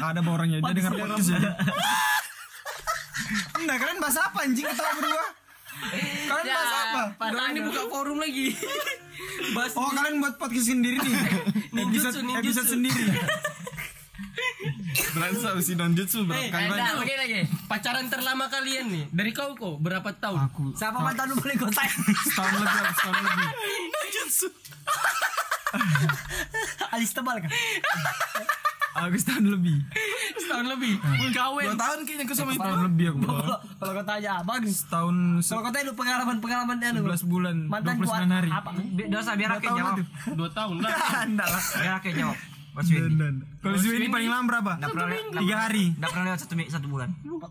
Speaker 6: Ada borongnya dia dengar podcast ya.
Speaker 1: Nah, kalian bahas apa anjing ketawa *laughs* berdua? Kalian bahas apa?
Speaker 4: Padahal ini Ya, buka forum *laughs* lagi. Bahas
Speaker 1: Oh, kalian buat podcast sendiri nih. *laughs*
Speaker 4: ninjutsu,
Speaker 6: Episode
Speaker 4: ninjutsu.
Speaker 6: sendiri.
Speaker 1: Berarti sama si Donjutsu berapa
Speaker 7: Eh,
Speaker 1: kali
Speaker 7: dah,
Speaker 1: banyak?
Speaker 7: begini lagi.
Speaker 4: Pacaran terlama kalian nih. Dari kau kok berapa tahun?
Speaker 6: Aku
Speaker 5: siapa mantan lu boleh kontak.
Speaker 6: setahun lebih, aku setahun lebih.
Speaker 5: *laughs* Alis tebal kan?
Speaker 6: Aku setahun lebih.
Speaker 4: Setahun lebih. Gawe.
Speaker 1: Dua tahun kayaknya aku sama itu.
Speaker 6: Setahun lebih aku.
Speaker 5: Kalau kalau kau tanya abang,
Speaker 6: Setahun
Speaker 5: kalau kau tanya lu pengalaman pengalaman lu.
Speaker 6: 11 bulan,
Speaker 5: Mantan
Speaker 6: 29
Speaker 5: kuat
Speaker 6: hari.
Speaker 5: Apa?
Speaker 7: Bi- Dosa biar aku yang jawab.
Speaker 4: Dua tahun lah.
Speaker 6: Enggak lah.
Speaker 7: Biar aku yang jawab. Mas Wendy.
Speaker 6: Kalau si ini paling lama berapa?
Speaker 7: Nggak pernah lewat-
Speaker 6: Tiga hari.
Speaker 7: nggak pernah lewat satu mi- satu bulan.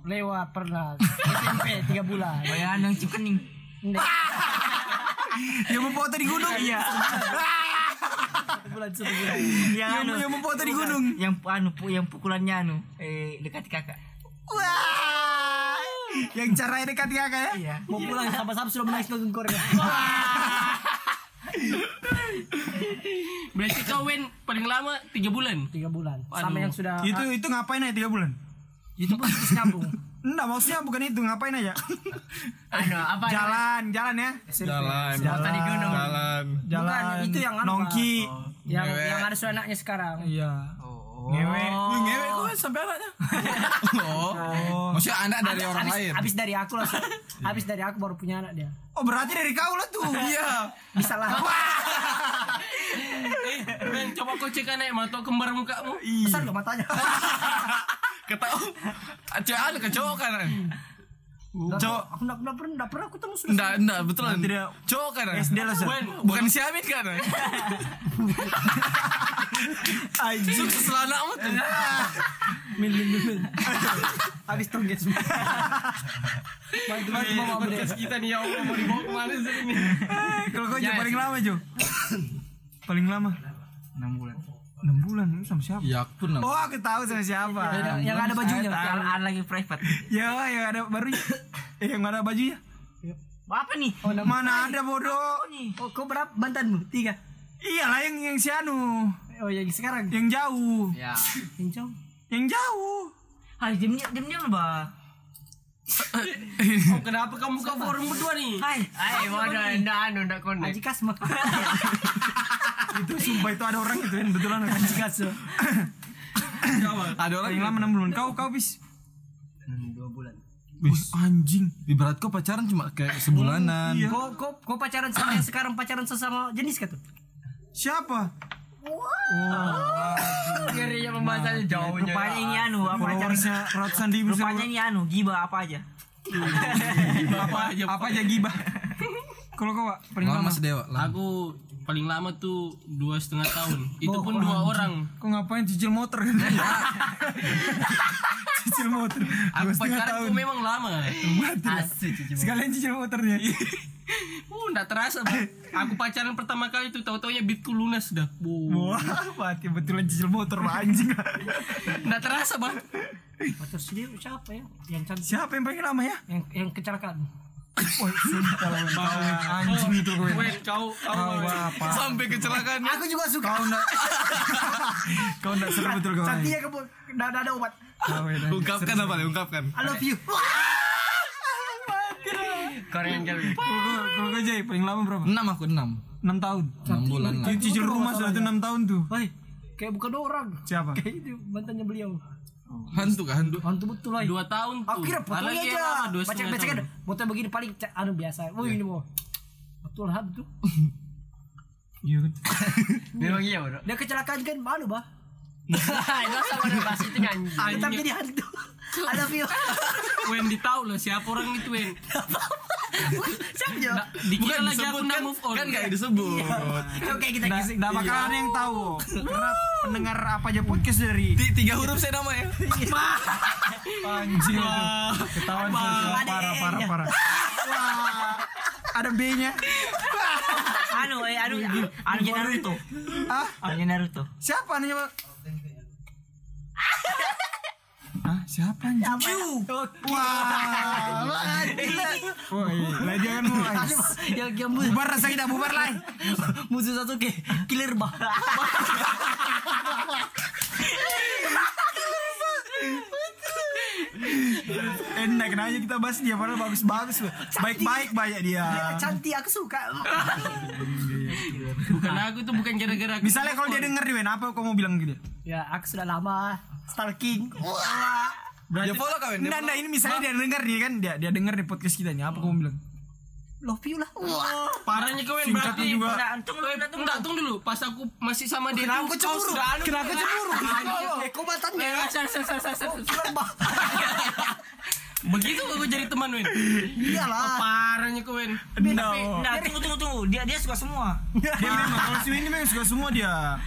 Speaker 5: Lewat pernah SMP 3 bulan.
Speaker 7: Bayangan yang cikening.
Speaker 1: Yang mau foto di gunung. Iya.
Speaker 5: Bulan satu bulan.
Speaker 7: Yang anu.
Speaker 1: Yang- yang memfoto di gunung.
Speaker 7: Yang anu pu- yang pukulannya anu eh dekat kakak.
Speaker 1: *laughs* Wah. Yang caranya dekat ya kayak.
Speaker 7: Iya.
Speaker 5: Mau pulang sama Sam sudah menangis nonton Korea.
Speaker 4: Berarti kau Wen paling lama 3 bulan.
Speaker 5: 3 bulan. Sama
Speaker 4: Aduh.
Speaker 5: yang sudah
Speaker 6: Itu itu ngapain aja tiga bulan?
Speaker 5: itu kan terus nyambung.
Speaker 6: Enggak, maksudnya bukan itu, ngapain aja?
Speaker 7: Anu apa?
Speaker 6: jalan, jalan ya.
Speaker 1: Jalan,
Speaker 7: Foto di gunung.
Speaker 1: jalan.
Speaker 6: Jalan.
Speaker 5: Bukan, itu yang apa?
Speaker 6: nongki.
Speaker 1: Oh.
Speaker 5: Yang
Speaker 1: Ngewek.
Speaker 5: yang ada anaknya sekarang.
Speaker 6: Iya. Ngewe.
Speaker 1: Wih, ngewek kok sampai anaknya. Oh. Maksudnya anak dari orang
Speaker 5: abis,
Speaker 1: lain.
Speaker 5: abis dari aku langsung abis dari aku baru punya anak dia
Speaker 6: Oh, berarti dari kau lah *laughs* tuh.
Speaker 1: Iya.
Speaker 5: bisa lah
Speaker 4: Eh, Wen coba kau cek anak mau tau kembar mukamu.
Speaker 5: besar loh
Speaker 4: *laughs*
Speaker 5: matanya
Speaker 1: Ketahu.
Speaker 4: ah,
Speaker 1: Acaan kecowok
Speaker 4: kan,
Speaker 1: kanan. Cowok.
Speaker 5: aku nggak nggak pernah nggak pernah aku ketemu sudah
Speaker 1: Enggak, enggak, betulan.
Speaker 6: Tidak.
Speaker 1: Cowok
Speaker 4: kan,
Speaker 1: kanan.
Speaker 6: SD lah, Sir.
Speaker 1: Bukan- Bukan si Amin kanan.
Speaker 6: Anjing.
Speaker 1: Sukses lah anakmu tuh.
Speaker 5: min min min, min abis tongget
Speaker 6: *laughs*
Speaker 5: semua mantap mantap mama beli
Speaker 4: Podcast kita nih ya Allah mau dibawa kemana sih ini?
Speaker 5: Eh,
Speaker 6: Kalau kau Jo, paling lama, Jo. *coughs* paling lama.
Speaker 7: 6 bulan.
Speaker 6: 6 bulan lu sama siapa?
Speaker 2: Ya aku pun
Speaker 6: Oh, aku tahu sama siapa.
Speaker 1: Ya,
Speaker 5: yang ada bajunya
Speaker 7: Yang ada lagi private.
Speaker 6: Ya, yang ada baru *coughs* eh, yang ada bajunya.
Speaker 7: Apa nih?
Speaker 6: Mana ada bodoh?
Speaker 5: oh kau berapa bantanmu tiga
Speaker 6: Iyalah Iya yang yang si anu,
Speaker 5: oh yang sekarang
Speaker 6: yang Iya. jauh,
Speaker 7: Ya.
Speaker 5: yang jauh
Speaker 6: yang jauh.
Speaker 7: Hai, diam diam diam, diam bah.
Speaker 4: Oh, kenapa kamu ke forum berdua nih?
Speaker 5: hai
Speaker 7: Hai, waduh, ndak anu ndak
Speaker 5: Aji
Speaker 7: connect.
Speaker 5: Kasma
Speaker 6: Itu sumpah itu ada orang itu yang betulan
Speaker 5: Aji Kasma
Speaker 1: Ada orang
Speaker 6: Paling lama 6 bulan. Kau kau bis.
Speaker 7: 2 bulan.
Speaker 6: anjing.
Speaker 2: Ibarat kau pacaran cuma kayak sebulanan.
Speaker 5: kau kau kau pacaran sama yang sekarang pacaran sesama jenis kah tuh
Speaker 6: Siapa?
Speaker 7: Ngeri yang pembahasannya jauh. Rupanya ini anu apa acara?
Speaker 6: Followersnya ratusan ribu seluruh-
Speaker 7: Rupanya ini anu giba apa aja.
Speaker 4: Apa
Speaker 5: Ya,
Speaker 4: aja?
Speaker 6: apa aja gibah. Kalau kau Wak, paling
Speaker 2: Lama
Speaker 6: lama.
Speaker 2: Mas Dewa. Lama.
Speaker 4: Aku paling lama tuh dua setengah tahun. Itu pun dua orang.
Speaker 6: Kau ngapain cicil
Speaker 5: *laughs*
Speaker 6: motor
Speaker 5: Ya.
Speaker 6: kan? cicil motor.
Speaker 4: Aku
Speaker 6: Dua setengah
Speaker 4: pacaran
Speaker 6: tahun.
Speaker 4: tuh memang lama.
Speaker 6: Mati lah. Sekalian cicil motornya.
Speaker 5: *laughs*
Speaker 4: Uh, nggak terasa. Bang. Aku pacaran pertama kali tuh tahu taunya bitku lunas dah. Bu.
Speaker 6: Wah, mati betulan cicil motor Wak, anjing.
Speaker 4: Nggak terasa bang.
Speaker 5: pacar sendiri siapa ya yang cantik
Speaker 6: Siapa yang paling lama ya?
Speaker 5: yang yang kecelakaan
Speaker 6: Oh, sumpah lah, Wen. Kau, Wen. anjing itu kau. Wen.
Speaker 4: Wait, kau, kau.
Speaker 6: Kau apa?
Speaker 1: sampai kecelakaan.
Speaker 4: ya.
Speaker 5: aku juga suka
Speaker 6: Kau enggak Kau enggak seru betul kau. eh. Wen.
Speaker 5: cantiknya ya, kebun nggak nggak ada obat
Speaker 6: Kau, Wen, anjing.
Speaker 1: Ungkapkan apa nih? Ungkapkan.
Speaker 5: I love you
Speaker 7: Korean kali.
Speaker 6: Kalau kau- Kalau kau Jai, paling lama berapa?
Speaker 2: Enam aku enam.
Speaker 6: 6 tahun.
Speaker 2: Enam bulan lah.
Speaker 6: Dia cicil rumah sudah itu 6 tahun tuh.
Speaker 5: Woi, kayak bukan orang.
Speaker 6: Siapa?
Speaker 5: Kayak itu mantannya beliau.
Speaker 2: Hantu kah hantu?
Speaker 5: Hantu betul lah.
Speaker 4: Dua tahun tuh.
Speaker 5: Aku kira
Speaker 4: Ada
Speaker 5: fotonya
Speaker 4: lagi yang
Speaker 5: aja.
Speaker 4: lama, dua
Speaker 5: Baca
Speaker 4: setengah
Speaker 5: baca kan.
Speaker 4: tahun.
Speaker 5: Foto begini paling ca- anu biasa. Woi ini mau. Betul lah betul.
Speaker 6: Iya
Speaker 5: *laughs*
Speaker 6: kan?
Speaker 7: Memang iya, Bro.
Speaker 5: Dia kecelakaan kan malu bah.
Speaker 7: Hai, dosa pada bahas itu nyanyi.
Speaker 5: Tetap jadi hantu. *laughs* Ada view.
Speaker 4: *laughs* Wen ditahu lah siapa orang itu Wen.
Speaker 5: siapa jawab
Speaker 4: Nah, Dikira lagi aku nak move on. Iya.
Speaker 2: kan nggak disebut
Speaker 5: Coba kayak kita
Speaker 6: Nah,
Speaker 5: kisik
Speaker 6: nah makanan yang tahu karena pendengar apa aja podcast dari
Speaker 2: Ti- tiga huruf saya nama
Speaker 4: Iya.
Speaker 2: ya
Speaker 6: anjing ketahuan parah parah parah parah Wah, ada B-nya
Speaker 5: anu eh anu
Speaker 7: ah,
Speaker 5: anu Naruto
Speaker 6: ah
Speaker 5: anu Naruto
Speaker 6: siapa namanya ah siapa anjing
Speaker 5: ya?
Speaker 6: wah wah lah jangan mulai
Speaker 5: yang yang mu-
Speaker 6: bubar rasa kita bubar lah
Speaker 5: musuh satu ke killer bah
Speaker 6: enak aja kita bahas dia padahal bagus-bagus baik-baik banyak dia
Speaker 5: cantik aku suka
Speaker 4: Bukan aku itu bukan gara-gara aku.
Speaker 6: misalnya kalau dia denger nih Wen apa kau mau bilang gitu
Speaker 5: ya aku sudah lama stalking
Speaker 2: dia follow kawin dia
Speaker 6: Nah, nah ini misalnya dia denger nih kan dia dia denger nih podcast kita nih apa kamu bilang
Speaker 5: love you lah Wah.
Speaker 4: Parahnya kau yang berarti.
Speaker 6: Singkatnya juga.
Speaker 4: Nah, antum lu enggak enggak tung dulu. Pas aku masih sama dia. Kenapa aku cemburu? Kenapa aku cemburu?
Speaker 5: eh kau mantannya
Speaker 4: Begitu aku jadi teman Win. Oh,
Speaker 5: iyalah
Speaker 4: Parahnya kau Win.
Speaker 7: Nah, tunggu tunggu tunggu. Dia dia suka semua.
Speaker 6: dia memang kalau si ini memang suka semua dia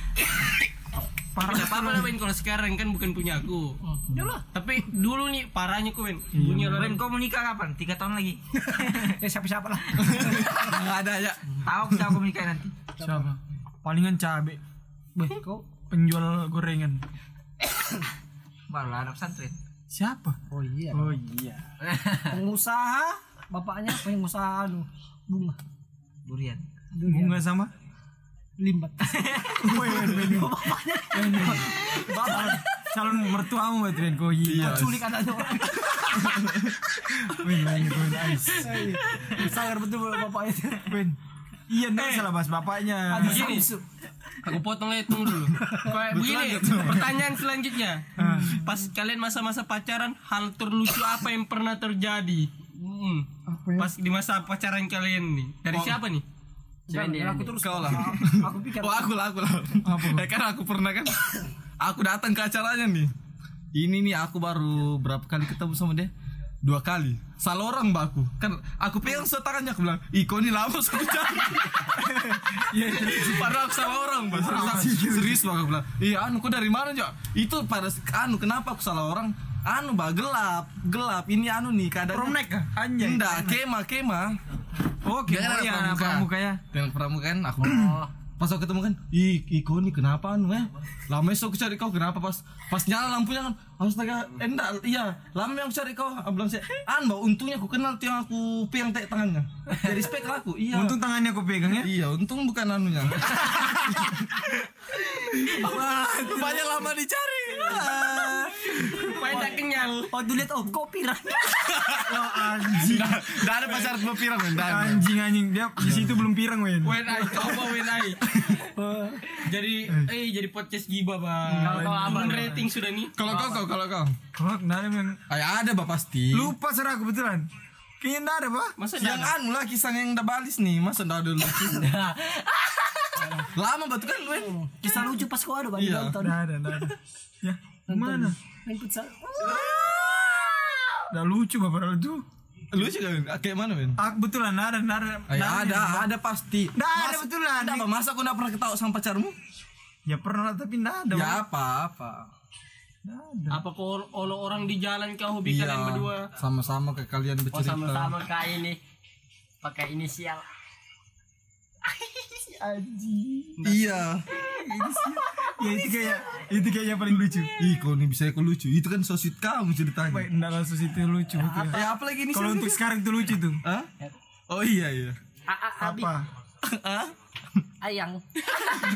Speaker 4: Tapi enggak apa-apa lah Win kalau sekarang kan bukan punya aku. Iyalah. Tapi dulu nih parahnya kau Win.
Speaker 7: Iya.
Speaker 4: Punya orang
Speaker 7: Wen, kau mau nikah kapan? Tiga tahun lagi.
Speaker 5: ya siapa-siapa lah
Speaker 2: nggak ada ya
Speaker 7: Tahu kita aku menikah nanti.
Speaker 6: siapa palingan cabe
Speaker 5: Weh, kau
Speaker 6: penjual gorengan
Speaker 7: Barulah anak santri.
Speaker 6: siapa
Speaker 5: oh iya
Speaker 6: oh iya
Speaker 5: pengusaha bapaknya pengusaha anu bunga
Speaker 7: Durian.
Speaker 6: bunga sama
Speaker 5: limbat
Speaker 6: Woi, Wen, Wen, Wen. Wen, Wen. Calon- calon mertuamu buat Ren kau iya
Speaker 5: culik anaknya orang
Speaker 6: Wen banyak Wen ais
Speaker 5: sangar betul bapaknya itu Eh.
Speaker 6: Wen iya nggak salah bahas bapaknya
Speaker 4: Begini, aku potong aja tunggu dulu. Kayak begini, pertanyaan selanjutnya. Pas kalian masa-masa pacaran, hal terlucu apa yang pernah terjadi? Mm. Pas di masa pacaran kalian nih, dari siapa nih?
Speaker 5: aku terus
Speaker 2: kau lah
Speaker 5: aku pikir
Speaker 2: oh aku lah aku lah ya kan aku pernah kan aku datang ke acaranya nih ini nih aku baru berapa kali ketemu sama dia dua kali salah orang mbak aku kan aku pegang sebelah tangannya aku bilang ih kau ini lama satu jam Iya, iya. padahal aku salah orang mbak serius, serius mbak aku bilang iya anu kau dari mana Jok? itu pada anu kenapa aku salah orang anu mbak gelap gelap ini anu nih keadaan
Speaker 6: Promek kah? Anjay.
Speaker 2: enggak kema kema
Speaker 6: oke
Speaker 2: Dia kan
Speaker 6: ya
Speaker 2: anak pramuka
Speaker 6: ya
Speaker 2: dengan pramuka kan aku pas aku ketemu kan ih Iko nih kenapa anu ya lama esok aku cari kau kenapa pas pas nyala lampunya kan astaga enggak iya lama yang aku cari kau aku bilang sih an mbak untungnya aku kenal tuh yang aku pegang tek kan." tangannya jadi spek aku iya
Speaker 6: untung tangannya aku pegang ya
Speaker 2: iya untung bukan anunya Wah, banyak lama dicari
Speaker 4: Main tak kenyal.
Speaker 5: oh tuh lihat oh kopi lah
Speaker 6: Oh, anjing
Speaker 2: Gak ada pacar belum pirang kan
Speaker 6: anjing anjing dia di situ belum pirang Wen
Speaker 4: When I coba when I. jadi eh jadi podcast giba bang. Kalau rating sudah nih.
Speaker 2: *laughs* kalau kau kau kalau kau
Speaker 6: Kelak nggak ada yang
Speaker 2: Ayah ada bah pasti
Speaker 6: lupa serah kebetulan kayaknya nggak ada pak
Speaker 4: Masa
Speaker 2: yang
Speaker 4: dah-
Speaker 2: anu lah kisah yang udah balis nih masa udah ada *laughs* lucu lama batu kan Wen
Speaker 5: kisah lucu pas kau ada bang
Speaker 2: Iya.
Speaker 5: nonton
Speaker 6: nggak ada nggak ada ya mana
Speaker 5: main futsal
Speaker 6: nggak lucu bapak padahal itu
Speaker 2: lucu kan Wen? kayak mana Wen
Speaker 6: ah kebetulan nggak ada nggak ada
Speaker 2: Ay,
Speaker 6: nggak
Speaker 2: Iya, ada ada pasti
Speaker 6: Nah, nggak ada kebetulan
Speaker 2: ada apa masa aku nggak pernah ketawa sama pacarmu
Speaker 6: ya pernah lah, tapi nggak ada Wen.
Speaker 2: ya apa apa
Speaker 4: Apa kau olo orang di jalan kau hobi
Speaker 2: Iya.
Speaker 4: kalian berdua?
Speaker 2: sama-sama ke kalian
Speaker 3: Oh
Speaker 2: bercerita
Speaker 3: sama-sama kayak ini pakai inisial
Speaker 2: iya
Speaker 6: ya itu kayak itu kayak yang paling lucu
Speaker 2: ih kau nih bisa kau lucu itu kan sosit kamu ceritanya
Speaker 6: nggak langsung situ lucu betul.
Speaker 2: ya apalagi ini
Speaker 6: kalau untuk sekarang itu lucu tuh
Speaker 2: Hah? oh iya iya
Speaker 6: apa
Speaker 5: ayang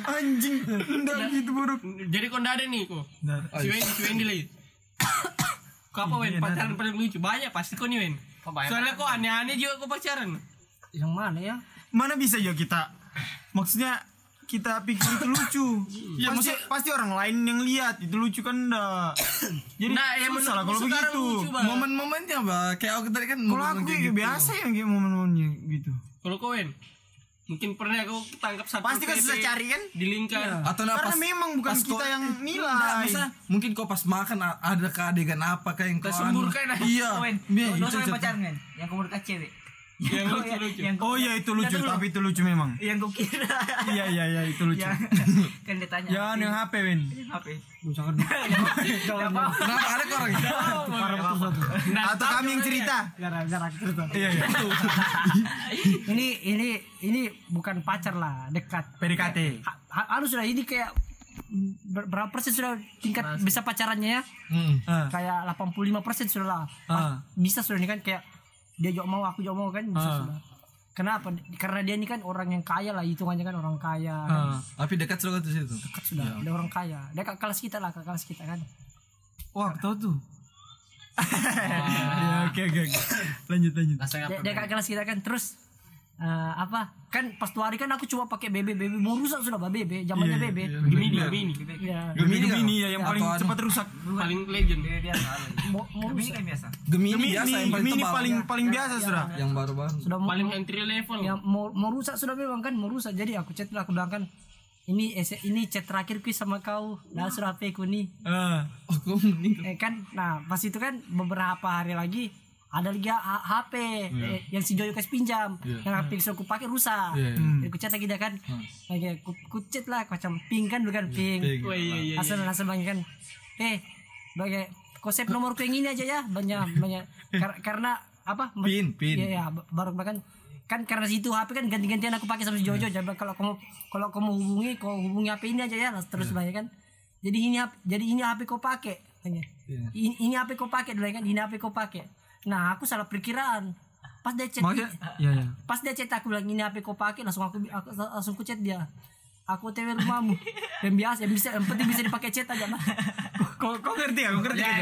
Speaker 6: anjing nggak gitu buruk
Speaker 4: Jadi kau ndak ada nih kau.
Speaker 6: Nggak ada.
Speaker 4: Si Wendy, si Wendy
Speaker 6: Iya,
Speaker 4: lagi. Kau apa Wen? Pacaran paling lucu banyak pasti kau nih Wen. Soalnya kau aneh-aneh juga kau pacaran.
Speaker 5: yang mana ya
Speaker 6: mana bisa ya kita maksudnya kita pikir itu lucu
Speaker 2: Ya,
Speaker 6: pasti, pasti orang lain yang lihat itu lucu kan enggak jadi
Speaker 4: Nah, ya
Speaker 6: susah lah
Speaker 4: menurutku
Speaker 6: kalau
Speaker 4: sekarang
Speaker 6: begitu
Speaker 4: lucu banget.
Speaker 2: momen-momennya bah kayak aku tadi kan
Speaker 6: kalau aku
Speaker 2: momen-momen kayak
Speaker 6: kayak
Speaker 2: gitu.
Speaker 6: biasa ya kayak momen-momennya gitu
Speaker 4: Kalau kau Wen, mungkin pernah kau tangkap satu
Speaker 6: Pasti kau
Speaker 4: PP
Speaker 6: susah cari, kan?
Speaker 4: Di lingkar.
Speaker 2: atau nah,
Speaker 6: karena
Speaker 2: pas-
Speaker 6: memang bukan
Speaker 2: pas
Speaker 6: kita
Speaker 2: kau-
Speaker 6: yang
Speaker 2: Nggak,
Speaker 6: nilai
Speaker 2: misalnya mungkin kau pas makan a- ada keadegan apa kayak yang kau anu.
Speaker 4: Tersemburkan, ah.
Speaker 2: Iya.
Speaker 7: Wen,
Speaker 2: Iya, itu
Speaker 7: lu sama yang
Speaker 2: cerita.
Speaker 7: pacaran kan? Yang kamu dekat cewek.
Speaker 4: yang lucu lucu
Speaker 7: yang
Speaker 6: Oh iya itu lucu, tapi itu lucu memang.
Speaker 7: yang gue kira
Speaker 6: Iya iya iya itu lucu.
Speaker 7: yang kan dia tanya
Speaker 6: Jangan yang HP, Win.
Speaker 7: HP
Speaker 2: Kenapa ada kok orang
Speaker 6: Atau kami yang cerita.
Speaker 5: Gara-gara cerita.
Speaker 6: Iya iya.
Speaker 5: Ini ini ini bukan pacar lah, dekat.
Speaker 6: PDKT.
Speaker 5: Ha- ha- harus sudah ini kayak ber- berapa persen sudah tingkat bisa pacarannya ya?
Speaker 2: Hmm.
Speaker 6: Ah.
Speaker 5: Kayak 85 persen sudah lah.
Speaker 6: Ah.
Speaker 5: Bisa sudah ini kan kayak dia juga mau, aku juga mau kan bisa
Speaker 6: Ah.
Speaker 5: sudah. Kenapa? Karena dia ini kan orang yang kaya lah hitungannya kan orang kaya. kan.
Speaker 6: Ah. Iya.
Speaker 2: Tapi dekat sudah tuh situ.
Speaker 5: Dekat sudah, dia orang kaya. Dia kakak kelas kita lah, kakak kelas kita kan.
Speaker 6: Wah, tahu tuh. *laughs* Ya oke oke. oke. Lanjut lanjut.
Speaker 2: Rasanya
Speaker 5: Dia, dia kakak kelas kita kan terus eh, apa kan pas tuh hari kan aku cuma pakai BB BB mau rusak sudah bah BB zamannya
Speaker 6: Iya,
Speaker 5: BB
Speaker 4: gemini gemini
Speaker 5: Iya.
Speaker 6: Gemini Gemini ya yang paling
Speaker 2: Apaan?
Speaker 6: cepat rusak.
Speaker 4: paling legend
Speaker 5: mau, mau
Speaker 7: ini
Speaker 5: rusak
Speaker 7: kan biasa
Speaker 2: Gemini
Speaker 6: Gemini
Speaker 2: biasa yang paling
Speaker 6: Gemini
Speaker 2: tebal.
Speaker 6: paling paling biasa sudah.
Speaker 2: yang baru-baru.
Speaker 5: sudah mau
Speaker 4: paling entry level
Speaker 5: ya
Speaker 6: Iya.
Speaker 5: mau, mau rusak sudah memang kan mau rusak jadi aku chat lah aku bilang kan ini es- ini chat terakhir kuis sama kau nah sudah HP ku nih
Speaker 6: Ah.
Speaker 2: Aku mending
Speaker 5: eh kan nah pas itu kan beberapa hari lagi ada lagi ha- HP eh, yang si Joyo kasih pinjam yang HP yang aku pakai rusak
Speaker 2: Iya, iya.
Speaker 5: Jadi aku chat lagi dia kan lagi aku, aku chat lah aku macam ping kan bukan ping
Speaker 4: wah iya iya
Speaker 5: langsung langsung bilang kan eh bagai konsep nomorku yang ini aja ya banyak banyak Kar- karena apa men-
Speaker 2: Pin, pin.
Speaker 5: Iya, iya, ba- baru bahkan kan karena situ HP kan ganti-gantian aku pakai sama si Jojo jadi kalau kamu kalau kamu hubungi kau hubungi HP ini aja ya lah,
Speaker 6: Iya.
Speaker 5: terus banyak kan jadi ini hap- jadi ini HP kau pakai katanya.
Speaker 6: Iya.
Speaker 5: ini, ini HP kau pakai dulu kan ini HP kau pakai nah aku salah perkiraan pas dia chat
Speaker 6: Iya iya.
Speaker 5: pas dia chat aku bilang ini HP kau pakai langsung aku, aku langsung ku chat dia aku otw rumahmu yang biasa yang bisa yang penting bisa dipakai chat aja nah
Speaker 6: Kau kau ngerti ya? Kau ngerti ya?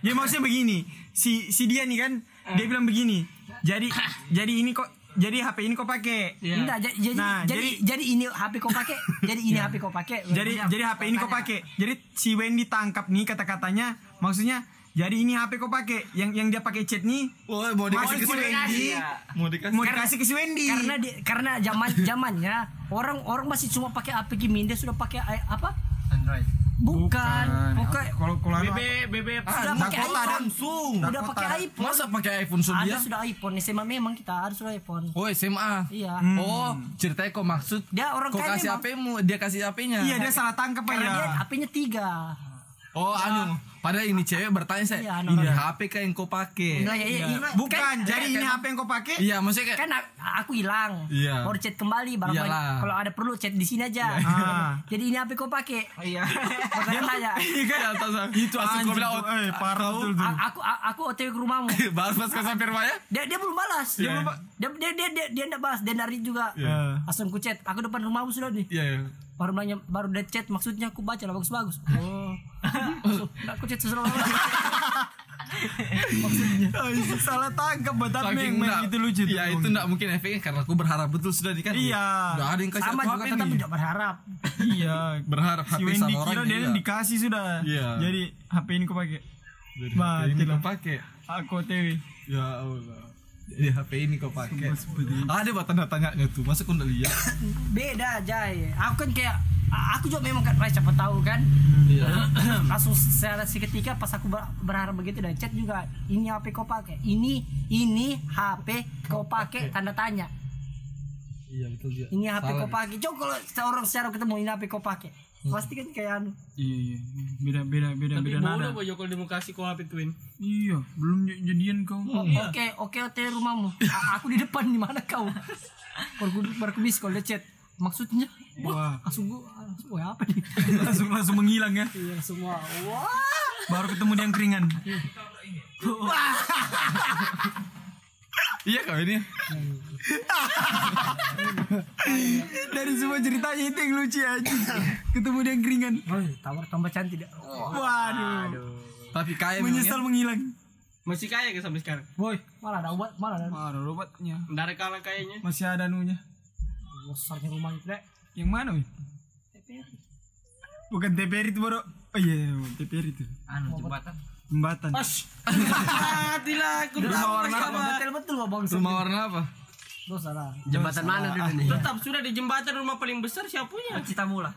Speaker 6: Dia maksudnya begini. Si si dia nih kan dia bilang begini. Jadi jadi ini kok jadi HP ini kok pakai.
Speaker 5: Enggak, ja- jadi,
Speaker 6: Nah,
Speaker 5: jadi,
Speaker 6: jadi-
Speaker 5: jadi ini HP kau pakai jadi ini HP kau pakai
Speaker 6: Jadi jadi HP ini kau pakai. Jadi si Wendy tangkap nih kata-katanya. Maksudnya jadi ini HP kau pakai. Yang yang dia pakai chat nih
Speaker 2: Oh, mau dikasih
Speaker 6: Masih
Speaker 2: ke si
Speaker 6: dikasih,
Speaker 2: Wendy.
Speaker 6: ya.
Speaker 2: Mau dikasih.
Speaker 6: mau dikasih ke si Wendy.
Speaker 5: karena di, karena zaman zamannya orang orang masih cuma pakai HP Gemini dia sudah pakai i- apa
Speaker 7: Android
Speaker 5: bukan bukan
Speaker 6: Kalau kalau anu
Speaker 4: bebe bebe
Speaker 5: sudah pakai
Speaker 2: Dakota
Speaker 5: iPhone
Speaker 2: Samsung.
Speaker 5: sudah pakai iPhone
Speaker 2: Masa pakai iPhone sudah?
Speaker 5: ada sudah iPhone SMA memang kita harus sudah iPhone
Speaker 2: Oh SMA.
Speaker 5: iya
Speaker 2: Oh, ceritanya kok maksud
Speaker 5: Dia orang
Speaker 2: kok
Speaker 5: kaya
Speaker 2: kasih
Speaker 5: memang.
Speaker 2: HP-mu, dia kasih HP-nya.
Speaker 6: Iya dia salah tangkap
Speaker 5: karena dia
Speaker 6: ya.
Speaker 5: HP-nya tiga
Speaker 2: Oh, anu. Padahal ini cewek bertanya saya,
Speaker 5: Iya, anu,
Speaker 2: ini HP kah yang kau pakai?
Speaker 5: Nah, ya, ya, ini-
Speaker 6: Bukan. Jadi ini HP yang kau pakai.
Speaker 2: Iya, maksudnya kayak
Speaker 5: kan a- aku hilang
Speaker 2: Iya.
Speaker 5: baru chat kembali barang
Speaker 2: Iyalah.
Speaker 5: banyak. kalau ada perlu chat di sini aja
Speaker 6: Ah.
Speaker 5: *laughs* jadi ini HP kau pakai
Speaker 7: oh iya
Speaker 5: makanya tanya
Speaker 2: Iya, kan?
Speaker 5: *laughs*
Speaker 2: itu langsung
Speaker 6: Anjing,
Speaker 2: kau bilang,
Speaker 6: tuh, eh
Speaker 2: *laughs*
Speaker 6: parah *laughs* betul tuh.
Speaker 5: "A- aku a- aku OTW ke rumahmu
Speaker 2: "Oh, baru pas kau sampai rumahnya,
Speaker 5: dia dia belum balas dia belum ba- dia dia dia dia, dia nggak balas dia nari juga
Speaker 6: Iya.
Speaker 5: langsung ku chat aku depan rumahmu sudah nih
Speaker 2: iya, iya.
Speaker 5: baru nanya baru dia chat maksudnya aku baca lah bagus bagus *laughs* oh Langsung, aku chat sesuatu *laughs*
Speaker 6: Ay, salah tangkap betap
Speaker 2: Saking
Speaker 6: meng
Speaker 2: nggak-
Speaker 6: meng
Speaker 5: gitu
Speaker 6: itu gitu lucu tuh.
Speaker 2: Iya, itu enggak mungkin efeknya karena aku berharap betul sudah nih kan.
Speaker 6: Iya.
Speaker 2: Enggak ada yang kasih
Speaker 5: sama
Speaker 2: aku
Speaker 5: juga
Speaker 2: HP
Speaker 5: tetap
Speaker 2: nih.
Speaker 5: tidak berharap
Speaker 6: *laughs* Iya.
Speaker 2: Berharap
Speaker 6: Si
Speaker 2: HP
Speaker 6: Wendy
Speaker 2: sama orang.
Speaker 6: kira dia
Speaker 2: iya.
Speaker 6: dikasih sudah.
Speaker 2: Iya.
Speaker 6: Jadi HP ini kau pakai.
Speaker 2: Jadi
Speaker 6: Bah,
Speaker 2: HP ini
Speaker 6: tidak.
Speaker 2: kau pakai.
Speaker 6: Aku TV.
Speaker 2: Ya Allah. Jadi HP ini kau pakai. Ada buat tanda tanyanya tuh, masa kau enggak lihat?
Speaker 5: beda Jai aku kan kayak a- aku juga memang kan Rai siapa tahu kan *clears throat*
Speaker 2: Iya.
Speaker 5: langsung secara seketika pas aku ber- berharap begitu dan chat juga ini HP kau pakai ini ini HP kau pakai tanda tanya
Speaker 2: Iya, betul dia.
Speaker 5: ini HP
Speaker 2: Salah
Speaker 5: kau pakai coba kalau seorang secara ketemu ini HP kau pakai pasti kan kayak anu
Speaker 6: Iya, iya. Beda beda beda
Speaker 4: tapi
Speaker 6: beda nada.
Speaker 4: bodoh boy Joko dia mau kasih kau HP twin
Speaker 6: Iya, belum j- jadian kau.
Speaker 5: Oh, Oke, oke, oke rumahmu. A- aku di depan di mana kau? Baru baru kubis kalau dia chat. Maksudnya, wah, langsung gua, langsung, wah apa nih?
Speaker 6: *laughs*
Speaker 5: *laughs*
Speaker 6: langsung langsung menghilang ya.
Speaker 5: Iya, langsung wah, wah.
Speaker 6: Baru ketemu dia yang keringan.
Speaker 2: Iya kau ini.
Speaker 6: Dari semua ceritanya itu yang lucu aja. Ketemu dia yang keringan.
Speaker 5: Woi, tawar tambah cantik dah.
Speaker 6: Waduh.
Speaker 2: Tapi ya, kaya
Speaker 6: Menyesal menghilang.
Speaker 4: masih kaya gak sampai sekarang
Speaker 6: Woi,
Speaker 5: Malah ada obat, malah ada
Speaker 6: ada robotnya.
Speaker 4: nggak ada kalah
Speaker 6: *laughs*
Speaker 4: kayaknya
Speaker 6: Masih ada nunya.
Speaker 5: besarnya rumahnya tidak.
Speaker 6: Yang mana, wih? Bukan TPR itu, Bro. Oh iya, iya, TPR itu.
Speaker 7: anu jembatan
Speaker 6: Jembatan.
Speaker 4: matilah aku
Speaker 5: Rumah warna apa? Detail betul kok bang.
Speaker 2: Rumah warna apa?
Speaker 5: Dosa lah.
Speaker 7: jembatan mana dulu nih
Speaker 4: tetap sudah di jembatan rumah paling besar siapanya
Speaker 7: Citamu lah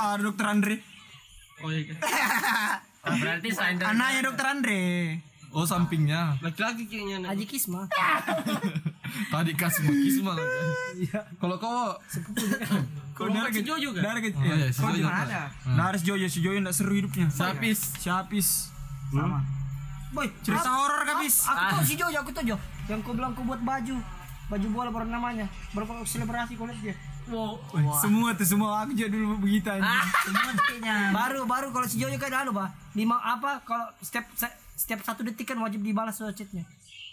Speaker 6: Ah, ada dokter Andre.
Speaker 4: oh iya
Speaker 7: Ah, berarti sign dari
Speaker 6: Anaknya dokter Andre.
Speaker 2: Oh sampingnya.
Speaker 4: laki-laki kayaknya
Speaker 5: Aji Kisma.
Speaker 2: Tadi kasih makis malah. Kalau kau
Speaker 6: Kau dari
Speaker 4: si Jojo kan?
Speaker 6: Dari kecil. Nah,
Speaker 2: Oh, iya, si
Speaker 6: Kau
Speaker 2: Jojo
Speaker 6: gimana
Speaker 2: kan?
Speaker 6: ada?
Speaker 2: Hmm.
Speaker 6: Dari si Jojo, si Jojo enggak seru hidupnya.
Speaker 2: Sapis.
Speaker 6: Siapis.
Speaker 7: Sama.
Speaker 5: Boy,
Speaker 6: Cerita horor kabis.
Speaker 5: aku tahu si Jojo, aku tahu Jo. Yang kau bilang kau buat baju, baju bola baru namanya. Berapa selebrasi kau lihat dia?
Speaker 6: Semua tuh semua aku juga dulu begitu anjing.
Speaker 5: Baru baru kalau si Jojo kan anu bah, lima apa kalau setiap se- setiap satu detik kan wajib dibalas tuh chatnya.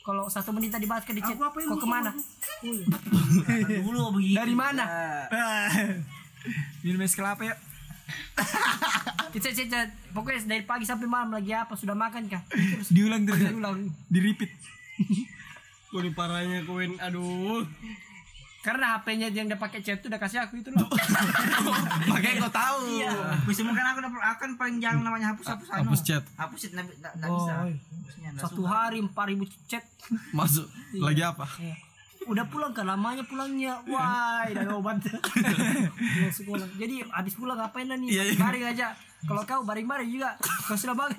Speaker 5: Kalau satu menit tak dibalas kan di chat, kau kemana?
Speaker 6: Iya.
Speaker 7: Dulu begitu.
Speaker 5: Dari mana?
Speaker 6: *laughs* Minum es kelapa ya.
Speaker 5: *laughs* Chat chat chat. Pokoknya dari pagi sampai malam lagi apa sudah makan kah? Terus
Speaker 6: Diulang terus. ya?
Speaker 5: diulang.
Speaker 6: Di repeat.
Speaker 4: Kulit parahnya koin aduh.
Speaker 5: Karena HP-nya yang dia pakai chat tuh udah kasih aku itu
Speaker 6: *laughs*
Speaker 5: loh.
Speaker 6: Makanya kau tahu.
Speaker 7: Bisa mungkin kan aku dapet- akan paling jarang namanya hapus hapus anu.
Speaker 2: Hapus chat.
Speaker 7: Hapus chat nggak nggak- nggak bisa. Hapusnya nggak
Speaker 5: Satu
Speaker 7: suka.
Speaker 5: hari empat ribu chat. Iya.
Speaker 2: masuk lagi apa?
Speaker 5: Udah pulang kan lamanya pulangnya. Wah, udah ada obat. Pulang sekolah. Jadi habis pulang ngapain lah nih? Baring aja. Kalau kau baring-baring juga, kau sudah banget.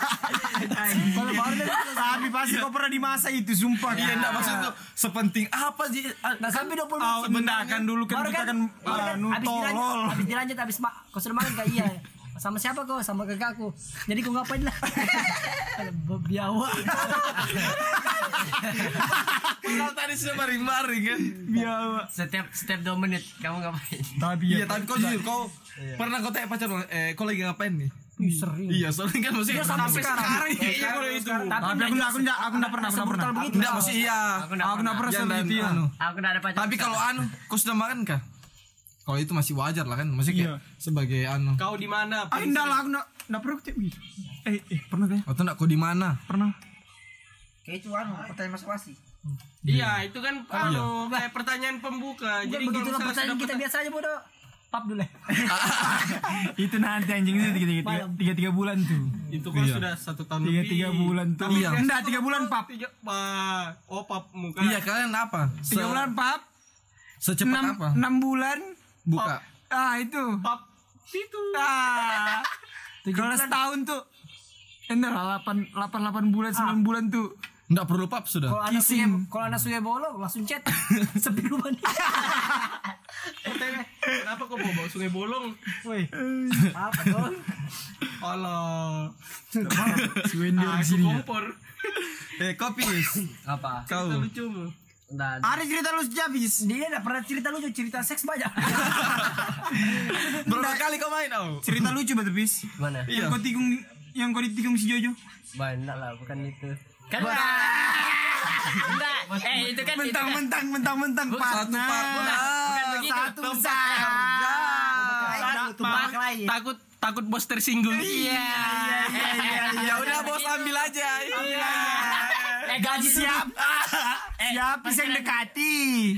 Speaker 5: Kalau baru dia bilang,
Speaker 6: Tapi pasti kau pernah di masa itu sumpah.
Speaker 2: Iya, enggak maksud tuh sepenting apa sih? Ah,
Speaker 5: Nah sampai 20 menit
Speaker 6: Ah, bentar kan dulu kan
Speaker 5: Baru
Speaker 6: kita kan
Speaker 5: baru kan,
Speaker 6: anu
Speaker 5: habis dilanjut,
Speaker 6: tolol.
Speaker 5: habis dilanjut habis mak kau sudah makan gak iya sama siapa kau sama kakakku jadi kau ngapain lah Alah, biawa
Speaker 2: Padahal tadi sudah baring-baring kan.
Speaker 3: Setiap setiap 2 menit kamu ngapain?
Speaker 6: Tapi ya.
Speaker 2: Iya, tapi kau jujur kau pernah kau tanya pacar lu, eh kau lagi ngapain nih?
Speaker 5: Ih, sering
Speaker 2: Iya, soalnya kan maksudnya sampai sekarang. Iya, kalau itu.
Speaker 6: Tapi aku enggak aku enggak aku enggak pernah aku enggak pernah.
Speaker 5: begitu
Speaker 2: Enggak maksudnya iya.
Speaker 3: Aku enggak
Speaker 6: Aku enggak pernah
Speaker 2: Jangan,
Speaker 6: seperti itu ya.
Speaker 2: anu.
Speaker 3: Aku enggak ada pacar.
Speaker 2: Tapi kalau anu, kau sudah makan kah? Kalau itu masih wajar lah kan, maksudnya
Speaker 6: Iya.
Speaker 2: kayak sebagai anu.
Speaker 4: Kau di mana?
Speaker 6: Ah, enggak lah aku enggak enggak pernah ketemu. Eh, eh pernah kayaknya.
Speaker 2: Atau enggak kau di mana?
Speaker 6: Pernah.
Speaker 7: Kayak itu anu pertanyaan masuk wasi.
Speaker 4: Iya, itu kan
Speaker 2: Ah,
Speaker 4: anu kayak pertanyaan pembuka.
Speaker 5: Jadi
Speaker 4: Jadi kalau
Speaker 5: begitulah
Speaker 4: misalnya
Speaker 5: pertanyaan
Speaker 4: sudah
Speaker 5: kita biasa aja bodoh pap dulu ya.
Speaker 6: itu nanti anjing itu tiga tiga, tiga, tiga, tiga bulan tuh
Speaker 4: itu kan sudah satu tahun
Speaker 6: tiga
Speaker 4: lebih.
Speaker 6: tiga bulan tuh
Speaker 2: Iya.
Speaker 6: enggak tiga bulan pap
Speaker 4: Tiga, wah, oh pap muka.
Speaker 2: Iya, kalian apa? Se-
Speaker 6: tiga bulan pap
Speaker 2: Secepat
Speaker 6: enam
Speaker 2: apa?
Speaker 6: enam bulan
Speaker 2: Buka.
Speaker 6: ah itu
Speaker 4: pap itu.
Speaker 6: ah kalau setahun tuh enggak lah delapan delapan delapan bulan sembilan bulan tuh
Speaker 2: Enggak perlu pap sudah.
Speaker 5: Kalau anak sungai,
Speaker 6: Kissing.
Speaker 5: kalau anak sungai bolong langsung
Speaker 6: *laughs*
Speaker 5: chat sepi rumah nih.
Speaker 4: Kenapa kok bawa, bawa sungai bolong?
Speaker 5: Apa dong?
Speaker 4: Allah.
Speaker 6: Suwendi
Speaker 4: Ah,
Speaker 6: di
Speaker 4: aku
Speaker 6: sini ya.
Speaker 4: kompor.
Speaker 2: Eh, kopi.
Speaker 3: apa?
Speaker 2: Kau.
Speaker 4: Kita lucumu.
Speaker 3: Dan
Speaker 6: ada cerita lu habis
Speaker 5: Dia enggak pernah cerita lucu, cerita seks banyak.
Speaker 6: *laughs*
Speaker 2: Berapa kali kau main, Au?
Speaker 6: cerita lucu betul bis
Speaker 3: mana?
Speaker 6: yang kau tikung yang kau ditikung si Jojo
Speaker 3: Banyak lah bukan itu. Kan enggak. Eh itu kan itu kan-
Speaker 6: mentang-mentang mentang-mentang
Speaker 2: Satu
Speaker 6: partner
Speaker 3: bukan
Speaker 2: partner.
Speaker 3: begitu.
Speaker 6: satu Iya, besar
Speaker 5: Itu bak lain.
Speaker 4: Eh, Takut takut bos tersinggung.
Speaker 2: Iya.
Speaker 4: Iya.
Speaker 6: iya,
Speaker 2: Ya udah, bos ambil aja.
Speaker 3: Eh gaji
Speaker 6: siap siap bisa yang dekati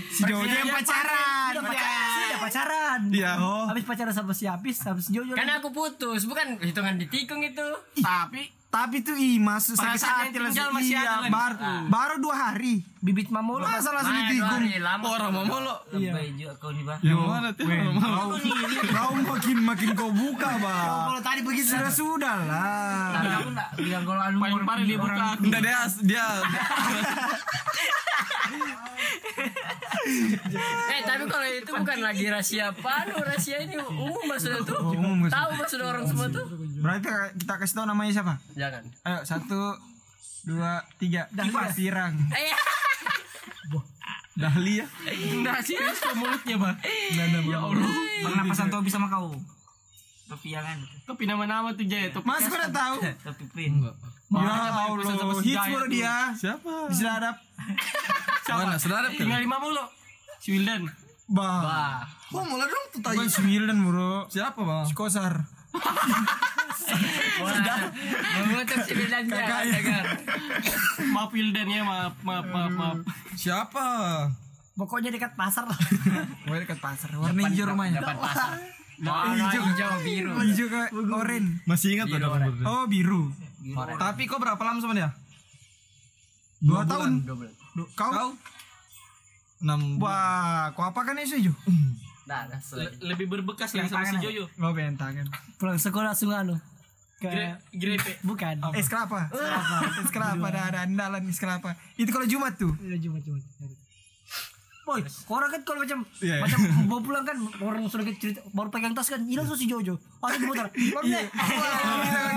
Speaker 6: si Jojo yang pacaran
Speaker 5: Udah pacaran, sudah pacaran.
Speaker 2: Iya, oh.
Speaker 5: Habis pacaran sama si Habis, habis Jojo. kan.
Speaker 3: Karena aku putus, bukan hitungan ditikung itu.
Speaker 4: Tapi
Speaker 6: tapi tuh ih masuk sakit
Speaker 4: Perasaan yang
Speaker 6: hati lah
Speaker 4: tinggal masih ada
Speaker 6: iya
Speaker 4: lagi.
Speaker 6: baru baru dua hari
Speaker 5: Bibit mamolo.
Speaker 6: masa langsung
Speaker 3: Mana dua
Speaker 6: ditikung
Speaker 3: hari lama.
Speaker 2: Orang mau lo.
Speaker 7: Lebay juga kau nih bah.
Speaker 2: Yang mana tuh? Orang mau.
Speaker 6: kau makin makin kau buka bang kalau tadi begitu sudah sudah lah
Speaker 7: Tapi aku nggak bilang kalau anu
Speaker 4: paling parah dia buka aku.
Speaker 2: Enggak dia dia
Speaker 3: Eh tapi kalau itu bukan lagi rahasia panu,
Speaker 8: oh,
Speaker 3: rahasia ini umum maksudnya tuh. Tahu maksudnya orang semua tuh.
Speaker 6: berarti kita kasih tahu namanya siapa
Speaker 8: Iya
Speaker 3: Jangan.
Speaker 8: kan?
Speaker 6: ayo satu dua tiga Kipas Pirang
Speaker 3: Eh,
Speaker 6: Dahlia
Speaker 4: Enggak sih, ke mulutnya, Bang.
Speaker 6: ya Allah
Speaker 7: Pernapasan topi sama kau. Topi yang anu.
Speaker 4: Tapi nama-nama tuh Jaya tuh.
Speaker 6: Mas kau udah tahu
Speaker 7: Topi pin.
Speaker 6: ya Allah hits baru dia
Speaker 2: siapa?
Speaker 6: bisa hadap
Speaker 2: Mana sedara
Speaker 4: Tinggal lima mulu. Si Wildan.
Speaker 6: bang
Speaker 2: Wah, mulai dong tuh
Speaker 6: bukan si Wildan bro
Speaker 2: Siapa, Bang?
Speaker 6: si Kosar
Speaker 3: mengutuk si Bidan jangan. jangan.
Speaker 4: Maaf Wildan ya, maaf, maaf,
Speaker 2: Hmm.
Speaker 4: maaf, maaf.
Speaker 2: Siapa?
Speaker 5: Pokoknya dekat
Speaker 6: *laughs*
Speaker 5: pasar lah.
Speaker 6: gue dekat pasar warna hijau rumahnya
Speaker 3: Warna hijau biru.
Speaker 6: Ah, Eh, nah, hijau ke oranye
Speaker 2: Masih ingat tuh nomor
Speaker 6: oh biru
Speaker 2: Tapi kok berapa lama sama dia?
Speaker 6: dua tahun Du-
Speaker 2: 6
Speaker 6: kau wah kau apa kan itu Jo
Speaker 3: Nah, nah, selesai.
Speaker 2: ya.
Speaker 4: Lebih berbekas lah sama si Jojo.
Speaker 6: kau pengen tangan
Speaker 5: Pulang sekolah langsung anu.
Speaker 4: Iya.
Speaker 5: ke
Speaker 2: *laughs*
Speaker 4: Grepe.
Speaker 5: bukan
Speaker 4: Oh.
Speaker 6: Es kelapa. Es kelapa Eh, ada ada andalan es kelapa. Itu kalau Jumat tuh.
Speaker 5: Ya, cuma cuma Boy, orang kan kalau macam
Speaker 4: Iya,
Speaker 5: macam mau pulang kan orang sudah ke- cerita baru pegang tas kan hilang tuh si Jojo. Ada di motor. Bang,
Speaker 4: Iya.
Speaker 5: Nek.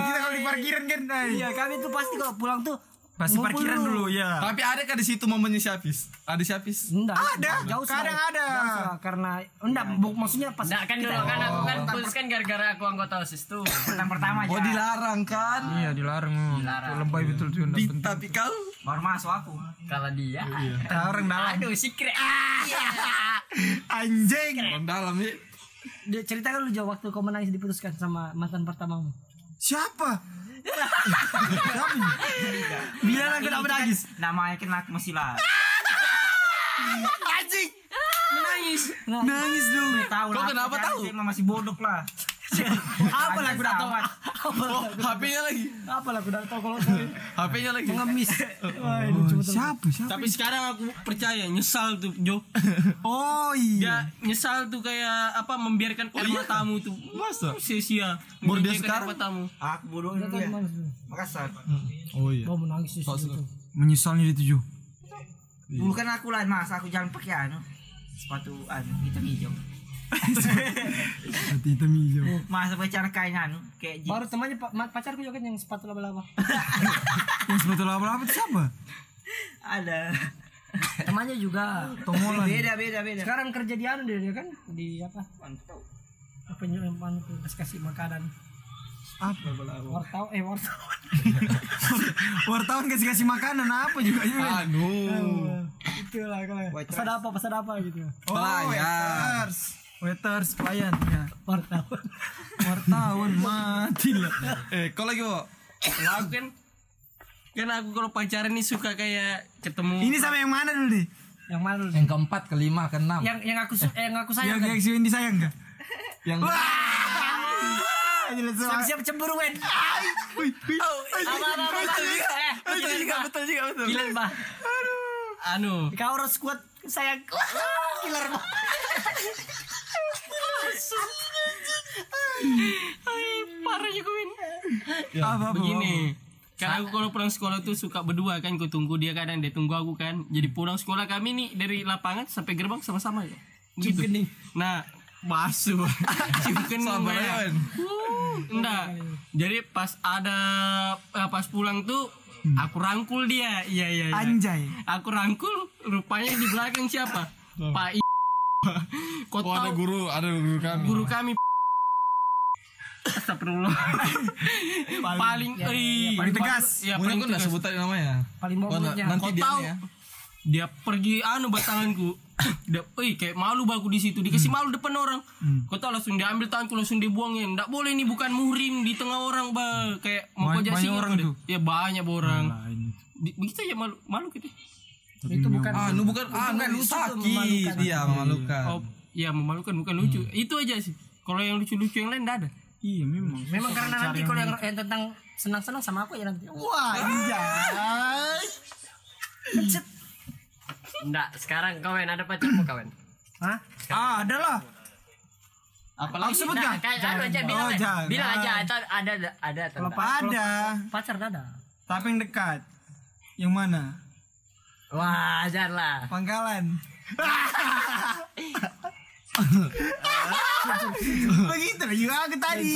Speaker 6: Kita kalau di parkiran kan. ay.
Speaker 5: Iya, kami tuh pasti kalau pulang tuh
Speaker 6: Pasti
Speaker 5: ngumpul
Speaker 6: parkiran dulu ya.
Speaker 2: Tapi ada kan di situ momennya Syapis? Ada Syapis?
Speaker 5: Enggak.
Speaker 6: Ada,
Speaker 5: Jauh sekali.
Speaker 6: kadang ada.
Speaker 5: Jauh sekali, karena enggak
Speaker 7: Iya,
Speaker 5: bu- maksudnya pas
Speaker 4: Nggak kan dulu kan aku kan putus kan gara-gara aku anggota OSIS tuh.
Speaker 7: Yang pertama aja.
Speaker 2: Oh dilarang kan?
Speaker 6: Iya dilarang.
Speaker 4: Dilarang.
Speaker 6: Lebay betul tuh.
Speaker 2: Di, tapi kau
Speaker 7: Baru masuk aku.
Speaker 4: Kalau
Speaker 6: Iya.
Speaker 4: dia.
Speaker 6: Orang dalam.
Speaker 4: Aduh, secret. Ah.
Speaker 6: Anjing.
Speaker 2: orang dalam ya.
Speaker 5: dia ceritakan lu jauh waktu kau menangis diputuskan sama mantan pertamamu.
Speaker 2: *laughs*
Speaker 6: Siapa? Bila
Speaker 2: Iya.
Speaker 6: lagi tak menangis.
Speaker 7: Namanya kan aku masih lah.
Speaker 6: Anjing.
Speaker 5: Nah,
Speaker 6: Nangis. Nangis dong.
Speaker 7: Tahu
Speaker 2: Kau
Speaker 7: lah,
Speaker 2: kenapa
Speaker 7: jangan
Speaker 2: tahu?
Speaker 7: sih, emang masih bodoh
Speaker 2: *laughs*
Speaker 7: lah.
Speaker 5: Apa lah
Speaker 7: Aku udah tahu. kan.
Speaker 2: Oh, HP-nya lagi.
Speaker 5: Apa lah aku udah tahu kalau sorry.
Speaker 2: HP-nya lagi.
Speaker 5: Ngemis. Wah, ini cuma temen.
Speaker 6: Siapa siapa?
Speaker 4: Tapi sekarang aku percaya nyesal tuh,
Speaker 2: *laughs*
Speaker 4: Jo.
Speaker 6: Oh iya.
Speaker 4: Dia nyesal tuh kayak apa membiarkan air matamu tuh.
Speaker 2: Masa?
Speaker 4: Sia-sia.
Speaker 2: Baru dia
Speaker 4: Membiarkan air
Speaker 2: sekarang?
Speaker 4: matamu.
Speaker 7: Aku bodoh
Speaker 5: Dia
Speaker 7: dulu
Speaker 5: tahu
Speaker 7: ya.
Speaker 5: mana sebenarnya.
Speaker 7: Makassar.
Speaker 2: Oh iya.
Speaker 5: Mau menangis sih.
Speaker 2: Sok,
Speaker 5: situ.
Speaker 2: sok.
Speaker 6: Menyesalnya di tujuh.
Speaker 7: Bukan aku lah mas, aku jalan pakai anu sepatu anu hitam hijau.
Speaker 6: Hati hitam hijau.
Speaker 7: Mas pacar kain anu kayak jeans.
Speaker 5: Baru temannya pa- ma- pacarku juga kan yang sepatu laba-laba.
Speaker 6: *laughs* Yang sebetulnya apa-apa itu siapa?
Speaker 7: ada.
Speaker 5: temannya juga.
Speaker 6: Tomolan.
Speaker 7: Beda beda beda.
Speaker 5: Sekarang kerja di anu dia, dia kan di apa?
Speaker 7: Mantap.
Speaker 5: Penyerapan terus kasih makanan.
Speaker 6: Apa?
Speaker 5: Wartawan eh wartawan.
Speaker 6: Wartawan kasih kasih makanan apa juga
Speaker 2: Ah.
Speaker 6: ya?
Speaker 2: Anu. Aduh.
Speaker 5: Itulah kalau. Pesan apa? Pesan apa gitu.
Speaker 6: Oh, waiters. Waiters pelayan ya.
Speaker 5: Wartawan.
Speaker 6: Wartawan mati lah.
Speaker 2: Eh, kau lagi kok.
Speaker 4: Kalau aku kan kan aku kalau pacaran nih suka kayak ketemu
Speaker 6: Ini sama yang mana dulu deh?
Speaker 5: yang mana
Speaker 6: Hmm.
Speaker 5: dulu?
Speaker 2: Yang keempat, kelima,
Speaker 6: Ya.
Speaker 2: keenam.
Speaker 5: Yang yang aku su- eh, yang aku sayang.
Speaker 6: Yang
Speaker 5: kan?
Speaker 6: yang si Wendy sayang
Speaker 2: *laughs*
Speaker 6: enggak?
Speaker 2: Yang
Speaker 4: gitu,
Speaker 6: Jelas
Speaker 4: ah.
Speaker 6: sama.
Speaker 5: Siap-siap cemburu Wen. Eh,
Speaker 4: betul juga eh, iya, betul juga betul gila bah anu
Speaker 5: Kau harus kuat sayang. Killer banget.
Speaker 6: Iya,
Speaker 4: Ya,
Speaker 6: Apa apa?
Speaker 4: begini karena aku kalau pulang sekolah tuh suka berdua kan ku tunggu dia kadang dia tunggu aku kan jadi pulang sekolah kami nih dari lapangan sampai gerbang sama-sama ya gitu nah
Speaker 6: *laughs*
Speaker 4: basu cium kening Bang. Uh, enggak jadi pas ada eh, pas pulang tuh aku rangkul dia iya iya iya.
Speaker 6: Hmm. Anjay.
Speaker 4: aku rangkul rupanya di belakang siapa Pak I kau
Speaker 2: Oh, ada
Speaker 4: tahu
Speaker 2: guru, ada guru kami.
Speaker 4: guru kami Astagfirullah *laughs* paling eh
Speaker 6: Paling tegas.
Speaker 4: ya
Speaker 2: Mungkin
Speaker 4: paling
Speaker 2: aku nggak
Speaker 4: tegas.
Speaker 2: sebutin namanya.
Speaker 5: Paling mau
Speaker 2: Oh, na-
Speaker 5: mulutnya.
Speaker 2: nanti
Speaker 4: Kau
Speaker 2: dia
Speaker 4: tahu
Speaker 2: nih ya.
Speaker 4: dia pergi anu batanganku dia eh kayak malu baku di situ dikasih malu depan orang kau tahu langsung diambil tanganku langsung dibuangin ndak boleh ini bukan muhrim di tengah orang ba kayak mau
Speaker 6: Banyak-
Speaker 4: pajak
Speaker 6: banyak
Speaker 4: singa
Speaker 6: orang
Speaker 4: kau deh.
Speaker 6: tuh.
Speaker 4: ya banyak orang Di- begitu ya malu malu gitu
Speaker 5: Itu bukan
Speaker 2: Ah, nu bukan, ah, nu sakit. Iya,
Speaker 4: oh
Speaker 2: memalukan.
Speaker 4: ya memalukan bukan lucu itu aja sih kalau yang lucu-lucu yang lain ndak ada
Speaker 6: Iya memang.
Speaker 5: Memang karena nanti kalau yang, yang tentang senang-senang sama aku ya nanti. Wah,
Speaker 8: Enggak, Nah, sekarang kawan ada pacarmu kawan.
Speaker 6: Ah, ada lah.
Speaker 4: apalagi
Speaker 6: Aku sebut
Speaker 8: Nah,
Speaker 6: enggak?
Speaker 8: kayak anu aja bilang.
Speaker 6: Oh,
Speaker 8: aja.
Speaker 6: jangan.
Speaker 8: Bilang aja ada ada ada tentang.
Speaker 6: Ada.
Speaker 5: pacar dada.
Speaker 6: Tapi yang dekat. Yang mana?
Speaker 8: Wah, ajar lah.
Speaker 6: Pangkalan. Begitu lah juga aku tadi.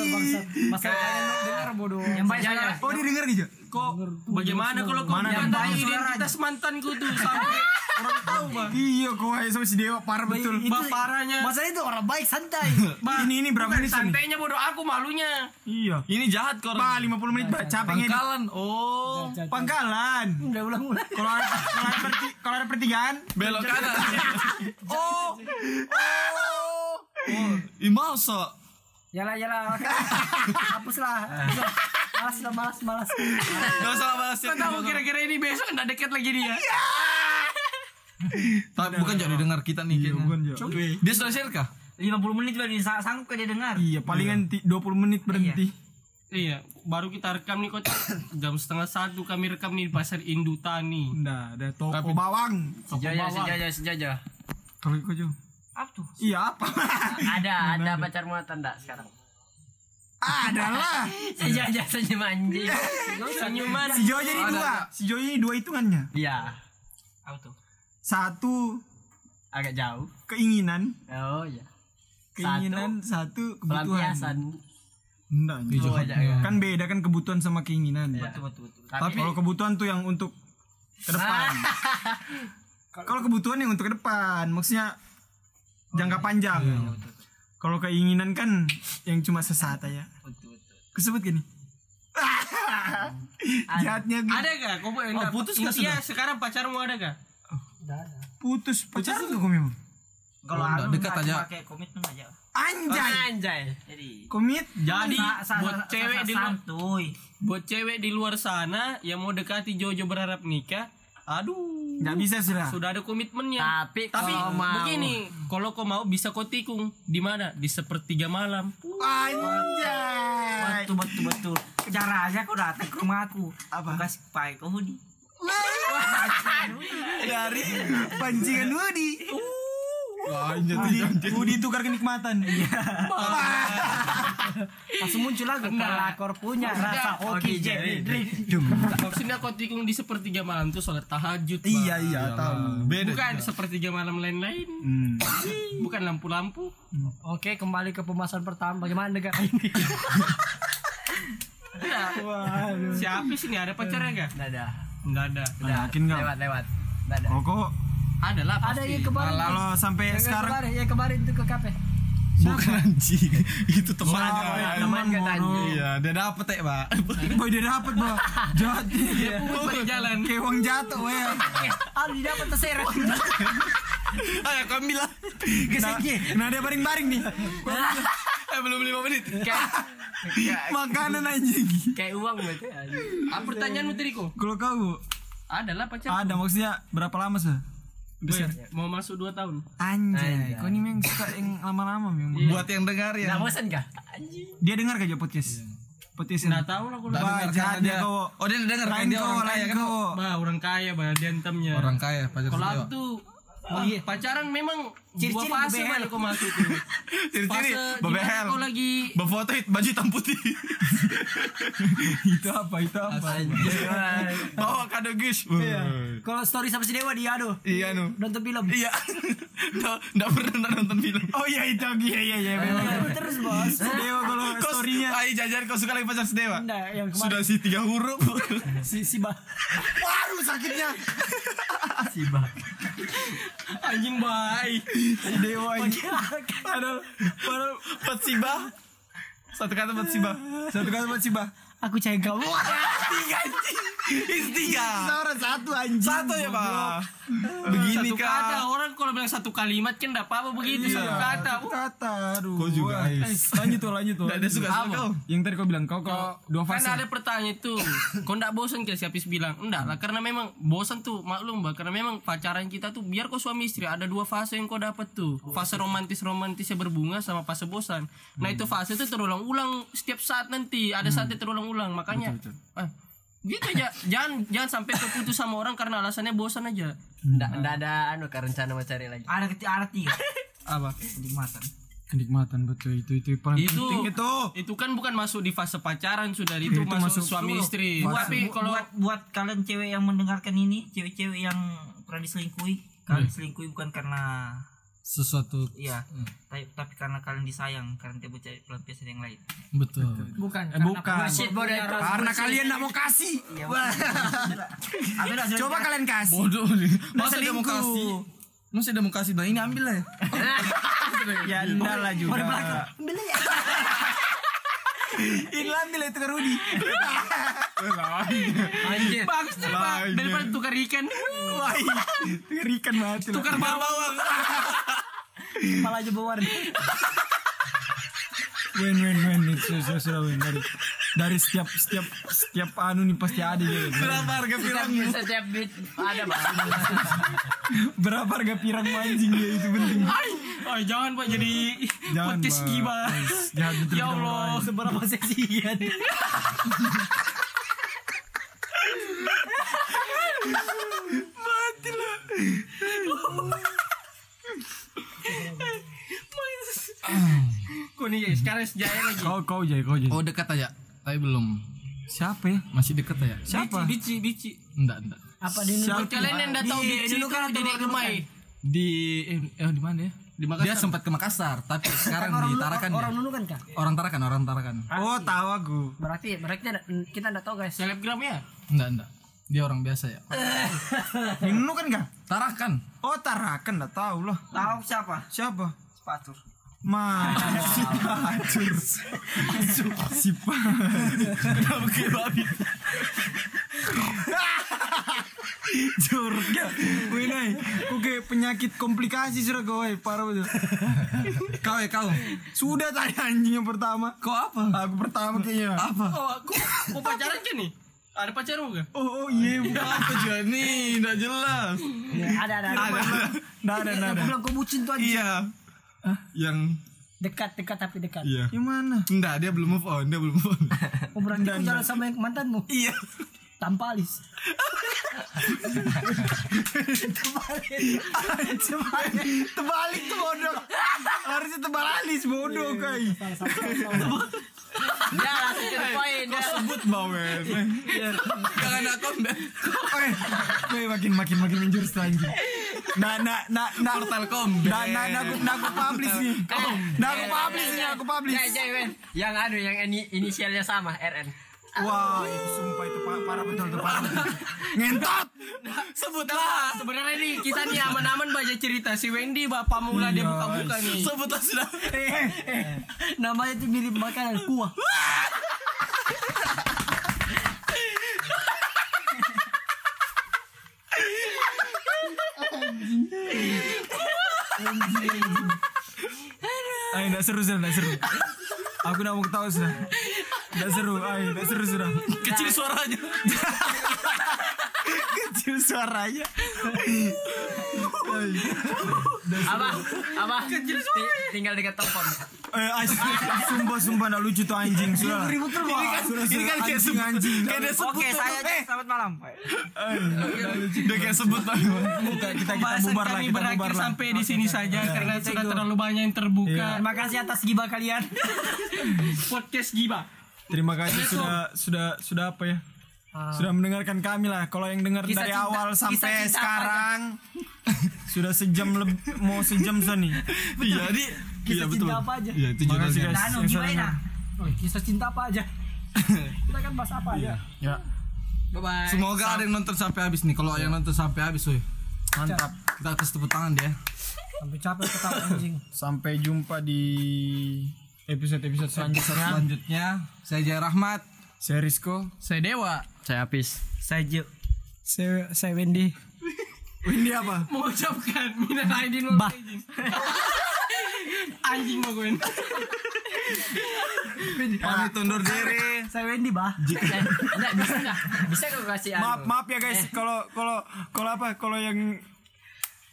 Speaker 5: Masalahnya dengar bodoh. Yang baik
Speaker 4: Jangan.
Speaker 6: Oh dia dengar gitu.
Speaker 4: kok bagaimana kalau kau menyatai identitas mantanku *laughs* tuh sampai orang tahu bang
Speaker 6: Iya kau hai sama si Dewa parah betul.
Speaker 4: bah parahnya
Speaker 5: Masalahnya itu orang baik santai.
Speaker 4: Bah,
Speaker 6: Ini ini berapa
Speaker 4: bukan
Speaker 6: menit ini?
Speaker 4: santainya bodoh aku malunya
Speaker 6: Iya.
Speaker 2: Ini jahat kau.
Speaker 6: Bah 50 menit bah capeknya. di-
Speaker 2: Pangkalan. Oh,
Speaker 6: Pangkalan.
Speaker 5: Udah ulang-ulang.
Speaker 6: Kalau ada kalau ada perti- kalau ada pertigaan
Speaker 2: belok kanan.
Speaker 4: *laughs*
Speaker 2: oh. Oh. Oh, imausa.
Speaker 5: Yalah
Speaker 4: *laughs*
Speaker 5: yalah. Hapuslah. Malas lah malas malas.
Speaker 2: Enggak usah balas ya.
Speaker 4: Kau tahu kira-kira ini besok nggak deket lagi dia
Speaker 2: Tapi bukan jadi dengar kita nih kayaknya. Dia sudah share kah?
Speaker 7: 50 menit baru disa- sanggup kau dia dengar.
Speaker 6: Iya palingan ti- 20 menit berhenti.
Speaker 4: Iya baru kita rekam nih kota *coughs* jam setengah satu kami rekam nih di pasar Indutani
Speaker 6: Nah, ada toko bawang.
Speaker 8: Sejaja, sejaja, sejaja.
Speaker 6: Kalau kau jauh. Apa *laughs* tuh? Iya apa?
Speaker 8: Ada, ada pacarmu atau enggak sekarang?
Speaker 1: Adalah.
Speaker 8: Sejajar Iya, senyum
Speaker 6: *laughs*
Speaker 8: anjing. Senyuman.
Speaker 6: Si Joy jadi dua. Si Joy ini dua hitungannya.
Speaker 8: Oh, Iya. Apa tuh?
Speaker 6: Satu
Speaker 8: Agak jauh.
Speaker 6: keinginan,
Speaker 8: Oh iya.
Speaker 6: keinginan satu kebutuhan.
Speaker 8: Pelampiasan.
Speaker 6: Enggak, anjing.
Speaker 8: Oh, iya, iya.
Speaker 6: Kan beda kan kebutuhan sama keinginan. Tapi kalau kebutuhan tuh yang untuk ke
Speaker 8: *laughs*
Speaker 6: depan. kalau kebutuhan yang untuk ke depan, maksudnya
Speaker 8: Oh, iya.
Speaker 6: jangka panjang. Kalau keinginan kan yang cuma sesaat aja. Kesebut gini. *laughs* Jahatnya gini.
Speaker 4: Ada gak? Kau oh, putus gak Iya, sekarang pacarmu ada gak?
Speaker 6: putus pacaran tuh kau memang.
Speaker 4: Oh,
Speaker 7: Kalau
Speaker 2: Enggak,
Speaker 7: anu
Speaker 2: dekat
Speaker 7: nggak
Speaker 2: aja.
Speaker 7: cuma kayak komitmen aja.
Speaker 6: Anjay,
Speaker 8: Anjay.
Speaker 7: Jadi
Speaker 6: komit.
Speaker 4: Jadi
Speaker 7: Sa- sa-
Speaker 4: buat
Speaker 7: sa- sa-
Speaker 4: cewek
Speaker 7: sa-
Speaker 4: di luar
Speaker 7: santuy.
Speaker 4: buat cewek di luar sana yang mau dekati Jojo berharap nikah, aduh.
Speaker 6: Enggak bisa sudah.
Speaker 4: Sudah ada komitmennya.
Speaker 8: Tapi
Speaker 4: Tapi
Speaker 8: kalau mau-
Speaker 4: begini, kalau kau mau bisa kau tikung di mana? Di sepertiga malam.
Speaker 6: Anjay.
Speaker 7: Betul betul betul. Caranya kau datang ke rumah aku. Apa? Kasih pai kau hoodie.
Speaker 6: Dari pancingan Woody. Woody, Woody tukar *laughs* kenikmatan.
Speaker 5: langsung muncul lagu pelakor punya rasa
Speaker 4: Oh,
Speaker 5: oke
Speaker 4: gitu ya, iya,
Speaker 5: jadi drink
Speaker 4: Maksudnya kau tikung di sepertiga malam tuh sholat tahajud. Bang.
Speaker 6: Iya iya tahu. Beda.
Speaker 4: Bukan
Speaker 2: iya,
Speaker 4: sepertiga malam lain-lain.
Speaker 2: Hmm.
Speaker 4: Bukan lampu-lampu.
Speaker 5: oke kembali ke pembahasan pertama bagaimana dengan ini
Speaker 4: Siapa sih ini ada pacarnya gak?
Speaker 8: Nggak ada.
Speaker 4: Enggak ada.
Speaker 6: Nah, yakin nggak?
Speaker 8: Lewat lewat. Nggak ada.
Speaker 6: Kok
Speaker 4: Ada lah
Speaker 5: ada
Speaker 4: pasti.
Speaker 5: yang kemarin
Speaker 6: kalau sampai
Speaker 5: yang
Speaker 6: sekarang
Speaker 5: kemarin yang kemarin itu ke kafe
Speaker 2: Bukan anjing. *laughs* Itu teman.
Speaker 6: Wah, teman
Speaker 8: Teman kata
Speaker 6: bodoh.
Speaker 8: anjing.
Speaker 2: Iya, dia dapet ya, Pak.
Speaker 6: Boy dia dapat, Bang. Jahat. dia.
Speaker 2: Oh,
Speaker 4: Balik
Speaker 2: *laughs*
Speaker 4: jalan.
Speaker 6: Kayak uang jatuh, ya.
Speaker 5: ah tidak apa terseret
Speaker 2: Ayo Ah, ya, kami lah.
Speaker 6: Nah, dia baring-baring nih.
Speaker 2: Eh, belum 5 menit.
Speaker 8: Kayak
Speaker 6: Makanan anjing.
Speaker 8: kayak uang gitu ya.
Speaker 4: Ah, pertanyaanmu tadi kok?
Speaker 6: Kalau kau
Speaker 4: Ada lah pacar.
Speaker 6: ada maksudnya berapa lama sih?
Speaker 4: Besar.
Speaker 8: Iya.
Speaker 4: Mau masuk 2 tahun.
Speaker 6: Anjay, Iya. kau ini memang suka yang lama-lama memang.
Speaker 2: Buat yang dengar ya.
Speaker 8: Nggak bosan kah?
Speaker 6: Dia dengar gak aja podcast? Podcast ini.
Speaker 4: Nggak tahu lah kalau
Speaker 6: Wah, jahat dia kau.
Speaker 2: Oh, dia dengar kan
Speaker 6: Lain
Speaker 2: dia
Speaker 6: kau,
Speaker 2: orang kaya
Speaker 6: lain
Speaker 2: kan.
Speaker 6: kau.
Speaker 4: Bah, orang kaya bah dia antemnya.
Speaker 2: Orang kaya Oh, iya. pacar
Speaker 4: Kalau aku
Speaker 2: Setiawan.
Speaker 4: tuh wah, pacaran memang dua fase balik kok masuk itu.
Speaker 2: *laughs* Ciri-ciri
Speaker 4: Fase
Speaker 2: bebehel.
Speaker 4: gimana kau lagi
Speaker 2: Berfoto hit, baju hitam putih.
Speaker 6: Itu apa? Itu apa?
Speaker 2: Bawa kado guys.
Speaker 5: kalau story sama si dewa dia aduh
Speaker 2: Iya nu.
Speaker 5: nonton film
Speaker 2: Iya. *laughs* Nggak nggak pernah nonton film.
Speaker 6: Oh iya itu iya iya iya memang.
Speaker 5: nah, terus bos
Speaker 6: Dewa kalau
Speaker 2: Kau
Speaker 6: storynya
Speaker 2: Ayo jajar kau suka lagi pacar sedewa.
Speaker 5: nah yang kemarin
Speaker 2: Sudah sih tiga huruf.
Speaker 5: si si bah
Speaker 6: Waduh sakitnya
Speaker 4: anjing baik.
Speaker 6: Dewa ini Padahal Padahal
Speaker 2: Patsiba. Satu kata Patsiba.
Speaker 6: Satu kata buat Siba
Speaker 5: aku cahaya kamu
Speaker 2: Is tiga.
Speaker 6: Seorang satu anjing
Speaker 2: Satu ya pak. Begini
Speaker 4: Satu kata
Speaker 2: kak.
Speaker 4: orang kalau bilang satu kalimat kan enggak apa-apa begitu satu kata.
Speaker 6: Satu kata Aduh
Speaker 2: Kau juga, eh. Ais.
Speaker 6: Lanjut tuh lanjut tuh
Speaker 2: Nggak ada
Speaker 6: lanjut.
Speaker 2: suka-suka
Speaker 6: Apa?
Speaker 2: kau.
Speaker 6: Yang tadi kau bilang kau kau Dua
Speaker 4: Kan
Speaker 6: fase
Speaker 4: ada pertanyaan itu, kau enggak bosan kah siapis bilang? Enggak lah, karena memang bosan tuh maklum bah, karena memang pacaran kita tuh biar kau suami istri ada dua fase yang kau dapat tuh, fase romantis romantisnya berbunga sama fase bosan. Nah itu fase itu terulang-ulang setiap saat nanti, ada saatnya terulang-ulang, makanya. eh, gitu aja, jangan jangan sampai kau putus sama orang karena alasannya bosan aja.
Speaker 6: Hmm.
Speaker 8: Nggak nggak ada anu kah rencana mau cari lagi.
Speaker 7: Ada ketiga ada tiga.
Speaker 4: Apa?
Speaker 7: Kenikmatan.
Speaker 6: Kenikmatan betul itu itu yang paling *laughs*
Speaker 4: Itu-
Speaker 6: penting itu
Speaker 4: Itu kan bukan masuk di fase pacaran sudah itu, masuk, suami istri. Tapi kalau
Speaker 7: buat buat kalian cewek yang mendengarkan ini, cewek-cewek yang pernah diselingkuhi, kalian diselingkuhi bukan karena
Speaker 2: Sesuatu
Speaker 7: iya, tapi, tapi karena kalian disayang, karena tidak mencari pelampiasan yang lain.
Speaker 2: betul.
Speaker 5: bukan
Speaker 6: Eh, bukan Karena kalian gak mau kasih Wah.
Speaker 7: Apa dah,
Speaker 6: Coba kalian kasih
Speaker 2: Bodoh nih. Masa dia mau
Speaker 6: selingkuh.
Speaker 2: kasih? Masa dia mau kasih? Nah ini ambil lah
Speaker 4: *laughs*
Speaker 2: ya.
Speaker 4: Iya.
Speaker 6: Ya enggak lah juga
Speaker 4: *laughs*
Speaker 6: Inlan nilai itu ke Rudy
Speaker 4: anjir. Bagus tuh, Pak. Daripada tukar ikan.
Speaker 6: Wah, Ngerikan banget loh.
Speaker 4: Tukar bawang.
Speaker 5: kepala aja bawar
Speaker 6: Win win win itu sudah sudah win dari dari setiap setiap setiap anu nih pasti ada gitu.
Speaker 2: Berapa harga pirang?
Speaker 8: Setiap bit ada pak.
Speaker 6: Berapa harga pirang anjing ya itu penting.
Speaker 4: Ay, ay, jangan Pak jadi
Speaker 6: Jangan,
Speaker 4: podcast
Speaker 6: Pak.
Speaker 4: gibah.
Speaker 6: Jangan betul
Speaker 4: *laughs* Ya Allah, kan?
Speaker 5: seberapa seksi ya
Speaker 4: lah. kok nih lagi sekarang sejaya lagi
Speaker 1: Kau kau jay kau jay.
Speaker 2: Oh dekat aja, tapi belum.
Speaker 1: Siapa ya?
Speaker 2: Masih dekat aja.
Speaker 1: Siapa?
Speaker 4: bici bici
Speaker 2: Enggak, enggak.
Speaker 5: apa di
Speaker 4: buat kalian yang nggak tahu bici itu kan dedek gemai
Speaker 2: Di eh, eh, di mana ya?
Speaker 4: Di Makassar.
Speaker 2: Dia sempat ke Makassar, tapi sekarang di Tarakan dia.
Speaker 5: orang dulu kan kak
Speaker 2: Orang Tarakan, orang Tarakan.
Speaker 1: Oh tahu aku.
Speaker 5: berarti mereka kita nggak tahu guys
Speaker 4: selebgram ya
Speaker 2: Enggak, enggak. Dia orang biasa ya.
Speaker 1: Nino kan enggak?
Speaker 2: Tarakan.
Speaker 1: Oh Tarakan enggak tahu loh.
Speaker 7: Tahu siapa?
Speaker 1: Siapa?
Speaker 7: Sepatu.
Speaker 1: Ma, si pacur, si pacur, kenapa kayak babi? Jorga, woi nay, kok kayak penyakit komplikasi sudah kau, woi, parah betul.
Speaker 2: Kau ya kau.
Speaker 1: Sudah tadi anjing yang pertama. Kau apa? Aku pertama kayaknya. Apa?
Speaker 4: oh aku mau pacaran kan nih ada pacarmu gak
Speaker 1: Oh, oh iya,
Speaker 2: Apa Joni? Enggak jelas.
Speaker 5: ada ada ada
Speaker 1: nggak ada, nggak ada.
Speaker 5: aku bilang kau bucin tuh aja
Speaker 2: Iya. Yang
Speaker 5: dekat dekat tapi dekat
Speaker 2: iya.
Speaker 1: Yang mana?
Speaker 2: Enggak, dia belum move on, dia belum move on.
Speaker 5: oh berarti kau jalan sama yang mantanmu iya tampalis
Speaker 1: Tebalik, tebalik tuh bodoh. Harusnya tebalalis bodoh kai.
Speaker 9: Ya, langsung to
Speaker 4: Eh,
Speaker 9: the point. Ya.
Speaker 1: Sebut bawen.
Speaker 4: Iya.
Speaker 2: Jangan aku enggak.
Speaker 1: Eh, eh, makin makin makin menjurus tuh anjing. Nah, nah, nah, nah.
Speaker 2: Portal combat.
Speaker 1: Nah, nah, nah, aku, nah, aku publish nih. Nah, aku publish nih, aku publish.
Speaker 9: Ya, ya, men. Yang anu yang ini inisialnya sama RN.
Speaker 1: Wah, itu sumpah itu pa- parah betul tuh parah. betul. Ngentot.
Speaker 4: sebutlah sebenarnya nih kita nih aman-aman baca cerita si Wendy bapak mula dia buka-buka nih Iya.
Speaker 2: Sebutlah sudah.
Speaker 5: namanya tuh mirip makanan kuah
Speaker 1: Ayo, enggak seru sudah, enggak seru. Aku enggak mau ketawa sudah. Enggak seru, ayo, enggak seru sudah.
Speaker 2: Kecil suaranya.
Speaker 1: Kecil suaranya.
Speaker 9: Apa? Apa? Ti- tinggal dekat telepon.
Speaker 1: Eh, asli, sumpah, sumpah, enggak lucu tuh anjing sudah.
Speaker 2: Ini kan ini kan kayak sebut anjing. Kayak dia sebut.
Speaker 7: Oke, saya selamat malam.
Speaker 2: Dia kayak sebut
Speaker 1: Kita kita kita
Speaker 4: Pembahasan
Speaker 1: bubar lah,
Speaker 4: kami
Speaker 1: kita bubar
Speaker 4: berakhir
Speaker 1: lah.
Speaker 4: sampai di sini saja karena sudah terlalu banyak yang terbuka
Speaker 5: terima kasih atas gibah kalian
Speaker 4: podcast gibah
Speaker 1: Terima kasih sudah sudah sudah apa ya? Sudah mendengarkan kami lah. Kalau yang dengar
Speaker 5: Kisah
Speaker 1: dari
Speaker 5: cinta-
Speaker 1: awal
Speaker 5: kisah
Speaker 1: sampai
Speaker 5: cinta apa
Speaker 1: sekarang sudah sejam lebih mau sejam sudah nih.
Speaker 2: Iya, di
Speaker 5: kisah cinta apa aja
Speaker 2: Iya, itu
Speaker 1: Makasih
Speaker 2: judulnya.
Speaker 1: guys.
Speaker 7: Anu,
Speaker 1: yang sudah
Speaker 7: gimana?
Speaker 1: dengar.
Speaker 5: Oh, kisah cinta apa aja kita kan bahas apa aja
Speaker 9: Bye bye.
Speaker 2: Semoga ada yang nonton sampai habis nih. Kalau yang nonton sampai habis, woi. Mantap. Kita kasih tepuk tangan ya. dia.
Speaker 5: sampai capek ketawa anjing
Speaker 1: Sampai jumpa di episode-episode
Speaker 4: Nah.
Speaker 1: selanjutnya.
Speaker 2: Selanjutnya, saya Jaya Rahmat.
Speaker 1: Saya Rizko,
Speaker 4: saya dewa
Speaker 9: Saya habis.
Speaker 7: Saja.
Speaker 1: saya saya Wendy. Wendy apa?
Speaker 4: mengucapkan minal aidin wal faizin. anjing mau gue
Speaker 1: Kami tundur diri.
Speaker 5: saya Wendy bah
Speaker 2: Iya.
Speaker 9: Enggak bisa enggak? Bisa kau kasih anu.
Speaker 1: Maaf maaf ya guys. Kalau kalau kalau apa? Kalau yang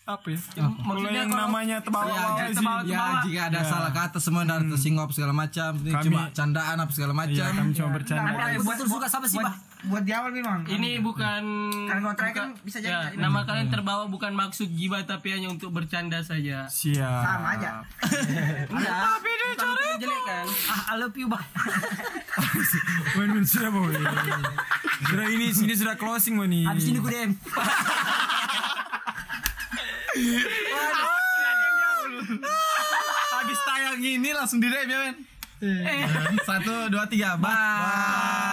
Speaker 1: apa ya? Kalau yang namanya terbawa-bawa
Speaker 2: Ya,
Speaker 1: sih.
Speaker 2: ya, jika ada salah kata semua dari tersinggap segala macam, ini
Speaker 1: Hmm. Kami-
Speaker 2: cuma candaan apa segala
Speaker 1: Iya,
Speaker 2: macam.
Speaker 1: kami cuma bercanda.
Speaker 5: aku betul suka sama si bah
Speaker 7: Buat di awal memang.
Speaker 4: ini bukan
Speaker 7: Kan kontrak kan
Speaker 4: buka-
Speaker 7: bisa
Speaker 4: ya,
Speaker 7: jadi.
Speaker 4: nama kalian terbawa bukan maksud gibah tapi hanya untuk bercanda saja
Speaker 1: Siap.
Speaker 7: Sama aja.
Speaker 4: tapi dia jelek kan
Speaker 5: ah I love you bah
Speaker 1: Win win sudah boy. Sudah ini ini sudah closing woi ini.
Speaker 5: habis ini gue DM
Speaker 2: Habis tayang ini langsung di DM ya, men. Satu, dua, tiga. Bye.